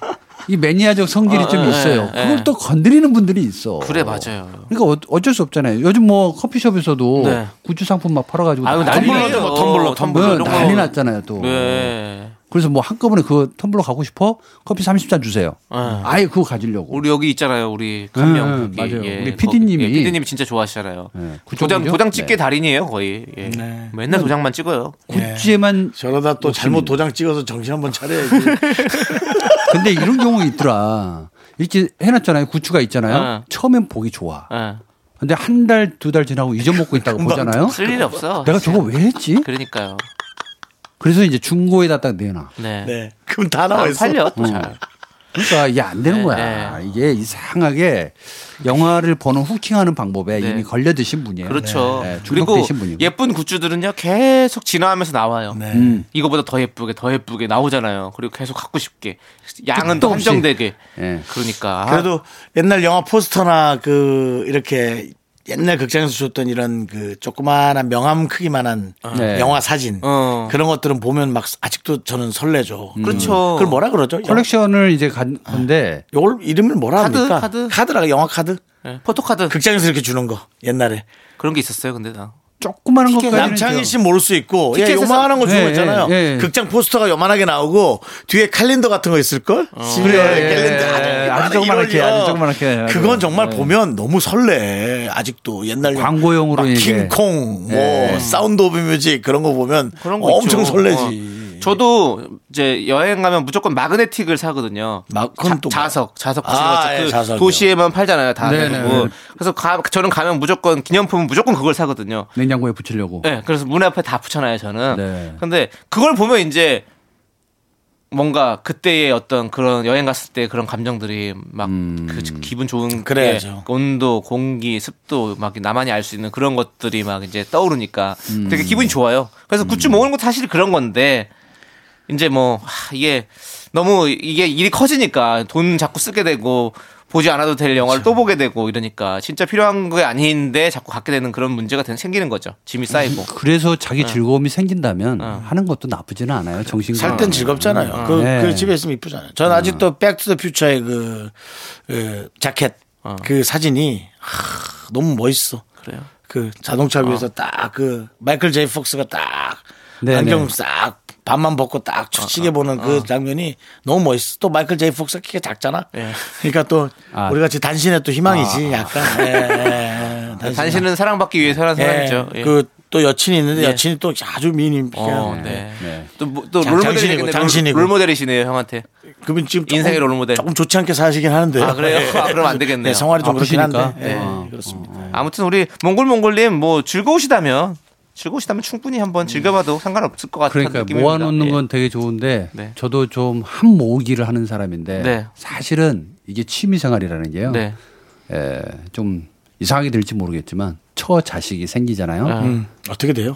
[SPEAKER 8] 이 매니아적 성질이
[SPEAKER 2] 어,
[SPEAKER 8] 좀
[SPEAKER 2] 예,
[SPEAKER 8] 있어요.
[SPEAKER 2] 예,
[SPEAKER 8] 그걸
[SPEAKER 2] 예.
[SPEAKER 8] 또 건드리는 분들이 있어.
[SPEAKER 2] 그래, 맞아요.
[SPEAKER 8] 그러니까 어- 어쩔 수 없잖아요. 요즘 뭐 커피숍에서도
[SPEAKER 2] 네.
[SPEAKER 8] 굿즈 상품 막 팔아가지고
[SPEAKER 2] 아유, 난리 네,
[SPEAKER 1] 텀블러죠, 뭐, 텀블러,
[SPEAKER 8] 뭐
[SPEAKER 2] 이런 거.
[SPEAKER 8] 난리 났잖아요 또.
[SPEAKER 2] 네.
[SPEAKER 8] 그래서 뭐 한꺼번에 그 텀블러 가고 싶어 커피 30잔 주세요. 아예 그거 가지려고.
[SPEAKER 2] 우리 여기 있잖아요. 우리 감명.
[SPEAKER 8] 예,
[SPEAKER 2] 여기.
[SPEAKER 8] 맞아요.
[SPEAKER 2] 예,
[SPEAKER 8] 우리
[SPEAKER 2] 거기.
[SPEAKER 8] PD님이.
[SPEAKER 2] 예, PD님이 진짜 좋아하시잖아요.
[SPEAKER 8] 예, 그
[SPEAKER 2] 도장
[SPEAKER 8] 정도죠?
[SPEAKER 2] 도장 찍기
[SPEAKER 8] 네.
[SPEAKER 2] 달인이에요, 거의. 예. 맨날 도장만 찍어요.
[SPEAKER 8] 굿즈에만
[SPEAKER 1] 저러다 또 잘못 도장 찍어서 정신 한번 차려야지.
[SPEAKER 8] 근데 이런 경우 있더라. 이렇게 해놨잖아요. 굿즈가 있잖아요.
[SPEAKER 2] 어.
[SPEAKER 8] 처음엔 보기 좋아.
[SPEAKER 2] 예.
[SPEAKER 8] 근데 한 달 두 달 지나고 잊어먹고 있다고 보잖아요.
[SPEAKER 2] 쓸 일 없어.
[SPEAKER 8] 내가 저거 왜 했지?
[SPEAKER 2] 그러니까요.
[SPEAKER 8] 그래서 이제 중고에다 딱 내놔.
[SPEAKER 2] 네.
[SPEAKER 1] 네. 그럼 다
[SPEAKER 2] 아,
[SPEAKER 1] 나와 있어.
[SPEAKER 2] 팔려 또 잘.
[SPEAKER 8] 그러니까 이게 안 되는
[SPEAKER 2] 네,
[SPEAKER 8] 거야. 이게 이상하게 영화를 보는 후킹하는 방법에
[SPEAKER 2] 네.
[SPEAKER 8] 이미 걸려드신 분이에요.
[SPEAKER 2] 그렇죠.
[SPEAKER 8] 네, 네,
[SPEAKER 2] 그리고
[SPEAKER 8] 중독되신 분이고.
[SPEAKER 2] 예쁜 굿즈들은요 계속 진화하면서 나와요.
[SPEAKER 1] 네.
[SPEAKER 8] 음.
[SPEAKER 2] 이거보다 더 예쁘게 더 예쁘게 나오잖아요. 그리고 계속 갖고 싶게 양은
[SPEAKER 8] 끝도
[SPEAKER 2] 또
[SPEAKER 8] 없이.
[SPEAKER 2] 한정되게.
[SPEAKER 8] 예.
[SPEAKER 2] 그러니까
[SPEAKER 1] 그래도 옛날 영화 포스터나 그 이렇게 옛날 극장에서 줬던 이런 그 조그마한 명함 크기만한
[SPEAKER 8] 네.
[SPEAKER 1] 영화 사진
[SPEAKER 2] 아. 어.
[SPEAKER 1] 그런 것들은 보면 막 아직도 저는 설레죠.
[SPEAKER 2] 그렇죠.
[SPEAKER 1] 그걸 뭐라 그러죠?
[SPEAKER 8] 컬렉션을 이제 간 건데
[SPEAKER 1] 이걸 이름을 뭐라
[SPEAKER 2] 카드,
[SPEAKER 1] 합니까?
[SPEAKER 2] 카드?
[SPEAKER 1] 카드라 영화 카드.
[SPEAKER 2] 예, 포토카드
[SPEAKER 1] 극장에서 이렇게 주는 거 옛날에
[SPEAKER 2] 그런 게 있었어요. 근데 나
[SPEAKER 8] 아. 조그마한 것까지는
[SPEAKER 1] 남창희
[SPEAKER 8] 저-
[SPEAKER 1] 씨 모를 수 있고 예,
[SPEAKER 2] 티켓에서-
[SPEAKER 1] 요만한 거 주는 거
[SPEAKER 8] 예,
[SPEAKER 1] 있잖아요.
[SPEAKER 8] 예, 예.
[SPEAKER 1] 극장 포스터가 요만하게 나오고 뒤에 칼린더 같은 거 있을 걸. 어. 그래 네.
[SPEAKER 8] 예, 어. 아주 조그맣게, 아주 조그맣게 해가지고.
[SPEAKER 1] 그건 정말 보면 너무 설레. 아직도 옛날
[SPEAKER 8] 뭐 광고용으로
[SPEAKER 1] 막
[SPEAKER 8] 이게.
[SPEAKER 1] 킹콩, 뭐
[SPEAKER 8] 예.
[SPEAKER 1] 사운드 오브 뮤직 그런 거 보면
[SPEAKER 2] 그런 거
[SPEAKER 1] 어, 엄청
[SPEAKER 2] 있죠.
[SPEAKER 1] 설레지.
[SPEAKER 2] 어. 저도 이제 여행 가면 무조건 마그네틱을 사거든요.
[SPEAKER 1] 막 그건 또 뭐.
[SPEAKER 2] 자, 석 자석 붙이는
[SPEAKER 1] 아,
[SPEAKER 2] 거죠.
[SPEAKER 1] 예,
[SPEAKER 2] 그
[SPEAKER 1] 자석이요.
[SPEAKER 2] 도시에만 팔잖아요. 다
[SPEAKER 8] 네네.
[SPEAKER 2] 대부분. 그래서 가- 저는 가면 무조건 기념품은 무조건 그걸 사거든요.
[SPEAKER 8] 냉장고에 붙이려고.
[SPEAKER 2] 네, 그래서 문 앞에 다 붙여놔요 저는.
[SPEAKER 8] 네.
[SPEAKER 2] 근데 그걸 보면 이제 뭔가 그때의 어떤 그런 여행 갔을 때 그런 감정들이 막 그 기분 좋은
[SPEAKER 1] 음. 그래야죠.
[SPEAKER 2] 게 온도, 공기, 습도 막 나만이 알 수 있는 그런 것들이 막 이제 떠오르니까
[SPEAKER 1] 음.
[SPEAKER 2] 되게 기분이 좋아요. 그래서 굿즈 모으는 것도 사실 그런 건데 이제 뭐 하, 이게 너무 이게 일이 커지니까 돈 자꾸 쓰게 되고 보지 않아도 될 영화를
[SPEAKER 1] 그렇죠.
[SPEAKER 2] 또 보게 되고 이러니까 진짜 필요한 게 아닌데 자꾸 갖게 되는 그런 문제가 되- 생기는 거죠. 짐이 쌓이고.
[SPEAKER 8] 그래서
[SPEAKER 2] 아.
[SPEAKER 8] 자기 즐거움이 생긴다면 하는 것도 나쁘지는 않아요. 정신과.
[SPEAKER 1] 살 땐 즐겁잖아요.
[SPEAKER 2] 음,
[SPEAKER 1] 그,
[SPEAKER 8] 네.
[SPEAKER 1] 그 집에 있으면 이쁘잖아요. 전 아직도 백투더퓨처의 그, 그 자켓 그 사진이 하, 너무 멋있어.
[SPEAKER 2] 어. 그래요. 어.
[SPEAKER 1] 그 자동차 위에서 딱 그 마이클 제이 폭스가 딱
[SPEAKER 8] 네,
[SPEAKER 1] 안경
[SPEAKER 8] 네.
[SPEAKER 1] 싹 반만 벗고
[SPEAKER 2] 어,
[SPEAKER 1] 딱 축치게 보는 그 장면이 너무 멋있어. 또 마이클 제이 폭스 키가 작잖아.
[SPEAKER 2] 예. 아.
[SPEAKER 1] 그러니까 또
[SPEAKER 8] 아.
[SPEAKER 1] 우리 같이 단신의 또 희망이지 약간. 예, 예, 예.
[SPEAKER 2] 당신은 사랑받기 위해 태어난 사람이죠. 예.
[SPEAKER 1] 그 또 여친이 있는데
[SPEAKER 2] 예.
[SPEAKER 1] 여친이 또 아주 미인이 예.
[SPEAKER 2] 어,
[SPEAKER 1] 그냥
[SPEAKER 2] 네.
[SPEAKER 8] 네.
[SPEAKER 2] 또, 뭐- 또
[SPEAKER 1] 장- 장신이고,
[SPEAKER 2] 롤모델이시네요.
[SPEAKER 1] 장신이고.
[SPEAKER 2] 롤모델이시네요, 형한테.
[SPEAKER 1] 그분 지금 조금-
[SPEAKER 2] 인생의 롤모델.
[SPEAKER 1] 조금 좋지 않게 사시긴 하는데.
[SPEAKER 2] 아, 그래요? 아, 그럼 안 되겠네요. 음.
[SPEAKER 1] 네, 성활이 좀 그렇긴 한데.
[SPEAKER 8] 아프시니까.
[SPEAKER 1] 예,
[SPEAKER 8] 어.
[SPEAKER 1] 그렇습니다.
[SPEAKER 2] 아무튼 우리 몽골몽골님 뭐 즐거우시다면 즐거우시다면 충분히
[SPEAKER 1] 음.
[SPEAKER 2] 한번 즐겨봐도 상관없을 것 같은
[SPEAKER 8] 그러니까
[SPEAKER 2] 느낌입니다.
[SPEAKER 8] 모아놓는
[SPEAKER 2] 예.
[SPEAKER 8] 건 되게 좋은데
[SPEAKER 2] 네.
[SPEAKER 8] 저도 좀 한 모으기를 하는 사람인데
[SPEAKER 2] 네.
[SPEAKER 8] 사실은 이게 취미 생활이라는 게요.
[SPEAKER 2] 네.
[SPEAKER 8] 에, 좀 이상하게 될지 모르겠지만 처 자식이 생기잖아요.
[SPEAKER 2] 아.
[SPEAKER 1] 음, 어떻게 돼요?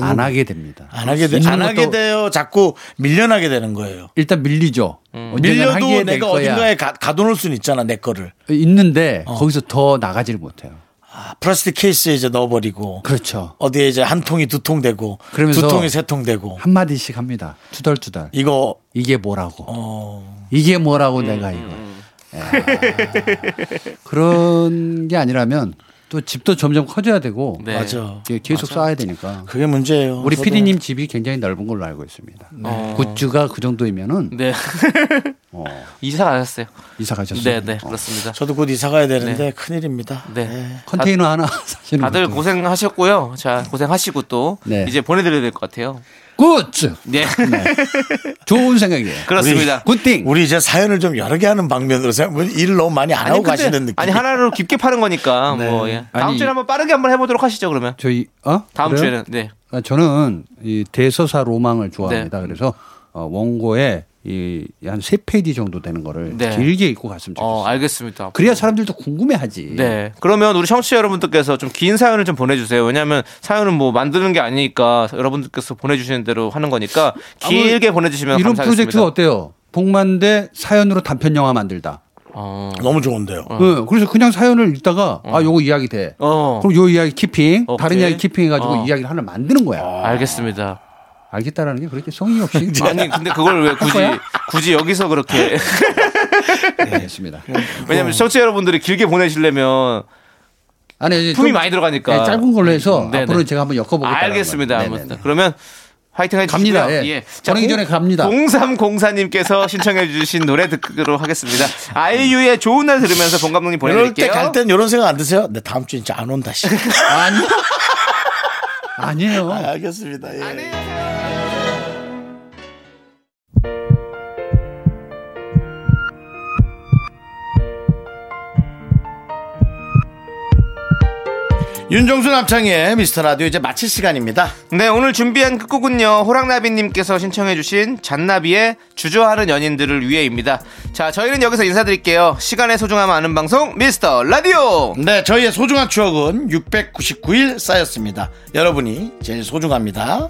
[SPEAKER 8] 안 하게 됩니다.
[SPEAKER 1] 안 하게 돼,
[SPEAKER 8] 있는
[SPEAKER 1] 안 하게
[SPEAKER 8] 것도
[SPEAKER 1] 돼요. 자꾸 밀려나게 되는 거예요.
[SPEAKER 8] 일단 밀리죠. 언젠간 하게
[SPEAKER 1] 밀려도
[SPEAKER 8] 될
[SPEAKER 1] 내가
[SPEAKER 8] 거야.
[SPEAKER 1] 어딘가에 가, 가둬놓을 수는 있잖아 내 거를
[SPEAKER 8] 있는데 거기서 더 나가질 못해요.
[SPEAKER 1] 아, 플라스틱 케이스에 이제 넣어버리고
[SPEAKER 8] 그렇죠.
[SPEAKER 1] 어디에 이제 한 통이 두 통 되고
[SPEAKER 8] 그러면서
[SPEAKER 1] 두 통이 세 통 되고
[SPEAKER 8] 한 마디씩 합니다. 투덜투덜.
[SPEAKER 1] 이거 어,
[SPEAKER 8] 이게 뭐라고?
[SPEAKER 2] 어.
[SPEAKER 8] 이게 뭐라고
[SPEAKER 2] 음,
[SPEAKER 8] 내가 이거. 야. 그런 게 아니라면 또 집도 점점 커져야 되고
[SPEAKER 2] 네.
[SPEAKER 1] 어, 맞아
[SPEAKER 8] 이게 계속 쌓아야 되니까.
[SPEAKER 1] 그게 문제예요
[SPEAKER 8] 우리
[SPEAKER 1] 저도.
[SPEAKER 8] 피디님 집이 굉장히 넓은 걸로 알고 있습니다. 굿즈가 그 정도이면은
[SPEAKER 2] 네.
[SPEAKER 1] 어.
[SPEAKER 2] 이사 가셨어요.
[SPEAKER 8] 이사 가셨어요.
[SPEAKER 2] 네, 네.
[SPEAKER 8] 어.
[SPEAKER 2] 그렇습니다.
[SPEAKER 1] 저도 곧 이사 가야 되는데 큰일입니다
[SPEAKER 2] 네.
[SPEAKER 1] 예.
[SPEAKER 8] 컨테이너 하나 사시는
[SPEAKER 2] 다들
[SPEAKER 8] 것도.
[SPEAKER 2] 고생하셨고요. 자, 고생하시고 또
[SPEAKER 8] 네.
[SPEAKER 2] 이제 보내드려야 될 것 같아요.
[SPEAKER 8] 굿!
[SPEAKER 2] 네.
[SPEAKER 8] 좋은 생각이에요.
[SPEAKER 2] 그렇습니다.
[SPEAKER 8] 굿띵!
[SPEAKER 1] 우리 이제 사연을 좀 여러 개 하는 방면으로 생각, 뭐 일 너무 많이 안 하고
[SPEAKER 2] 근데-
[SPEAKER 1] 가시는 느낌.
[SPEAKER 2] 아니 하나로 깊게 파는 거니까 뭐 예. 다음
[SPEAKER 8] 네. 아니,
[SPEAKER 2] 주에 한번 빠르게 한번 해보도록 하시죠 그러면.
[SPEAKER 8] 저희, 어?
[SPEAKER 2] 다음
[SPEAKER 8] 그래요?
[SPEAKER 2] 주에는 네.
[SPEAKER 8] 아, 저는 이 대서사 로망을 좋아합니다. 그래서 어, 원고에 이한세 페이지 정도 되는 거를
[SPEAKER 2] 네.
[SPEAKER 8] 길게 읽고 갔으면 좋겠어요.
[SPEAKER 2] 어 알겠습니다.
[SPEAKER 8] 그래야 사람들도 궁금해하지.
[SPEAKER 2] 네. 그러면 우리 청취자 여러분들께서 좀 긴 사연을 좀 보내주세요. 왜냐하면 사연은 뭐 만드는 게 아니니까 여러분들께서 보내주시는 대로 하는 거니까 길게 보내주시면
[SPEAKER 8] 아, 뭐 이런
[SPEAKER 2] 감사하겠습니다.
[SPEAKER 8] 프로젝트 가 어때요? 복만대 사연으로 단편 영화 만들다.
[SPEAKER 2] 어.
[SPEAKER 1] 너무 좋은데요. 뭐
[SPEAKER 8] 네, 그래서 그냥 사연을 읽다가 아 요거 이야기 돼.
[SPEAKER 2] 어.
[SPEAKER 8] 그럼 요 이야기 키핑,
[SPEAKER 2] 오케이.
[SPEAKER 8] 다른 이야기 키핑해가지고
[SPEAKER 2] 어.
[SPEAKER 8] 이야기를 하나 만드는 거야.
[SPEAKER 2] 알겠습니다.
[SPEAKER 8] 알겠다라는 게 그렇게 성의 없이
[SPEAKER 2] 아니 근데 그걸 왜 굳이 굳이 여기서
[SPEAKER 1] 네,
[SPEAKER 2] 그렇게
[SPEAKER 8] 했습니다.
[SPEAKER 1] 어.
[SPEAKER 2] 왜냐면 청취자 여러분들이 길게 보내시려면
[SPEAKER 8] 아니 이제
[SPEAKER 2] 품이
[SPEAKER 8] 좀,
[SPEAKER 2] 많이 들어가니까 음,
[SPEAKER 8] 네, 짧은 걸로 해서
[SPEAKER 2] 네네.
[SPEAKER 8] 앞으로 제가 한번 네, 엮어보겠다.
[SPEAKER 1] 네,
[SPEAKER 2] 알겠습니다. 아무튼 그러면 화이팅 해주시고요.
[SPEAKER 8] 갑니다. 예. 보내기 전에 갑니다.
[SPEAKER 2] 0304님께서 신청해주신 노래 듣기로 하겠습니다. 아이유의 좋은 날 들으면서 본 감독님
[SPEAKER 1] 이럴 때
[SPEAKER 2] 보내드릴게요.
[SPEAKER 1] 갈 땐 이런 생각 안 드세요? 내 다음 주에 진짜 안 온다. 씨.
[SPEAKER 8] 아니 아니에요.
[SPEAKER 1] 아, 알겠습니다. 예. 윤정수 남창의 미스터 라디오 이제 마칠 시간입니다.
[SPEAKER 2] 네 오늘 준비한 끝곡은요 호랑나비님께서 신청해주신 잔나비의 주저하는 연인들을 위해입니다. 자 저희는 여기서 인사드릴게요. 시간의 소중함 아는 방송 미스터 라디오.
[SPEAKER 1] 네, 저희의 소중한 추억은 699일 쌓였습니다. 여러분이 제일 소중합니다.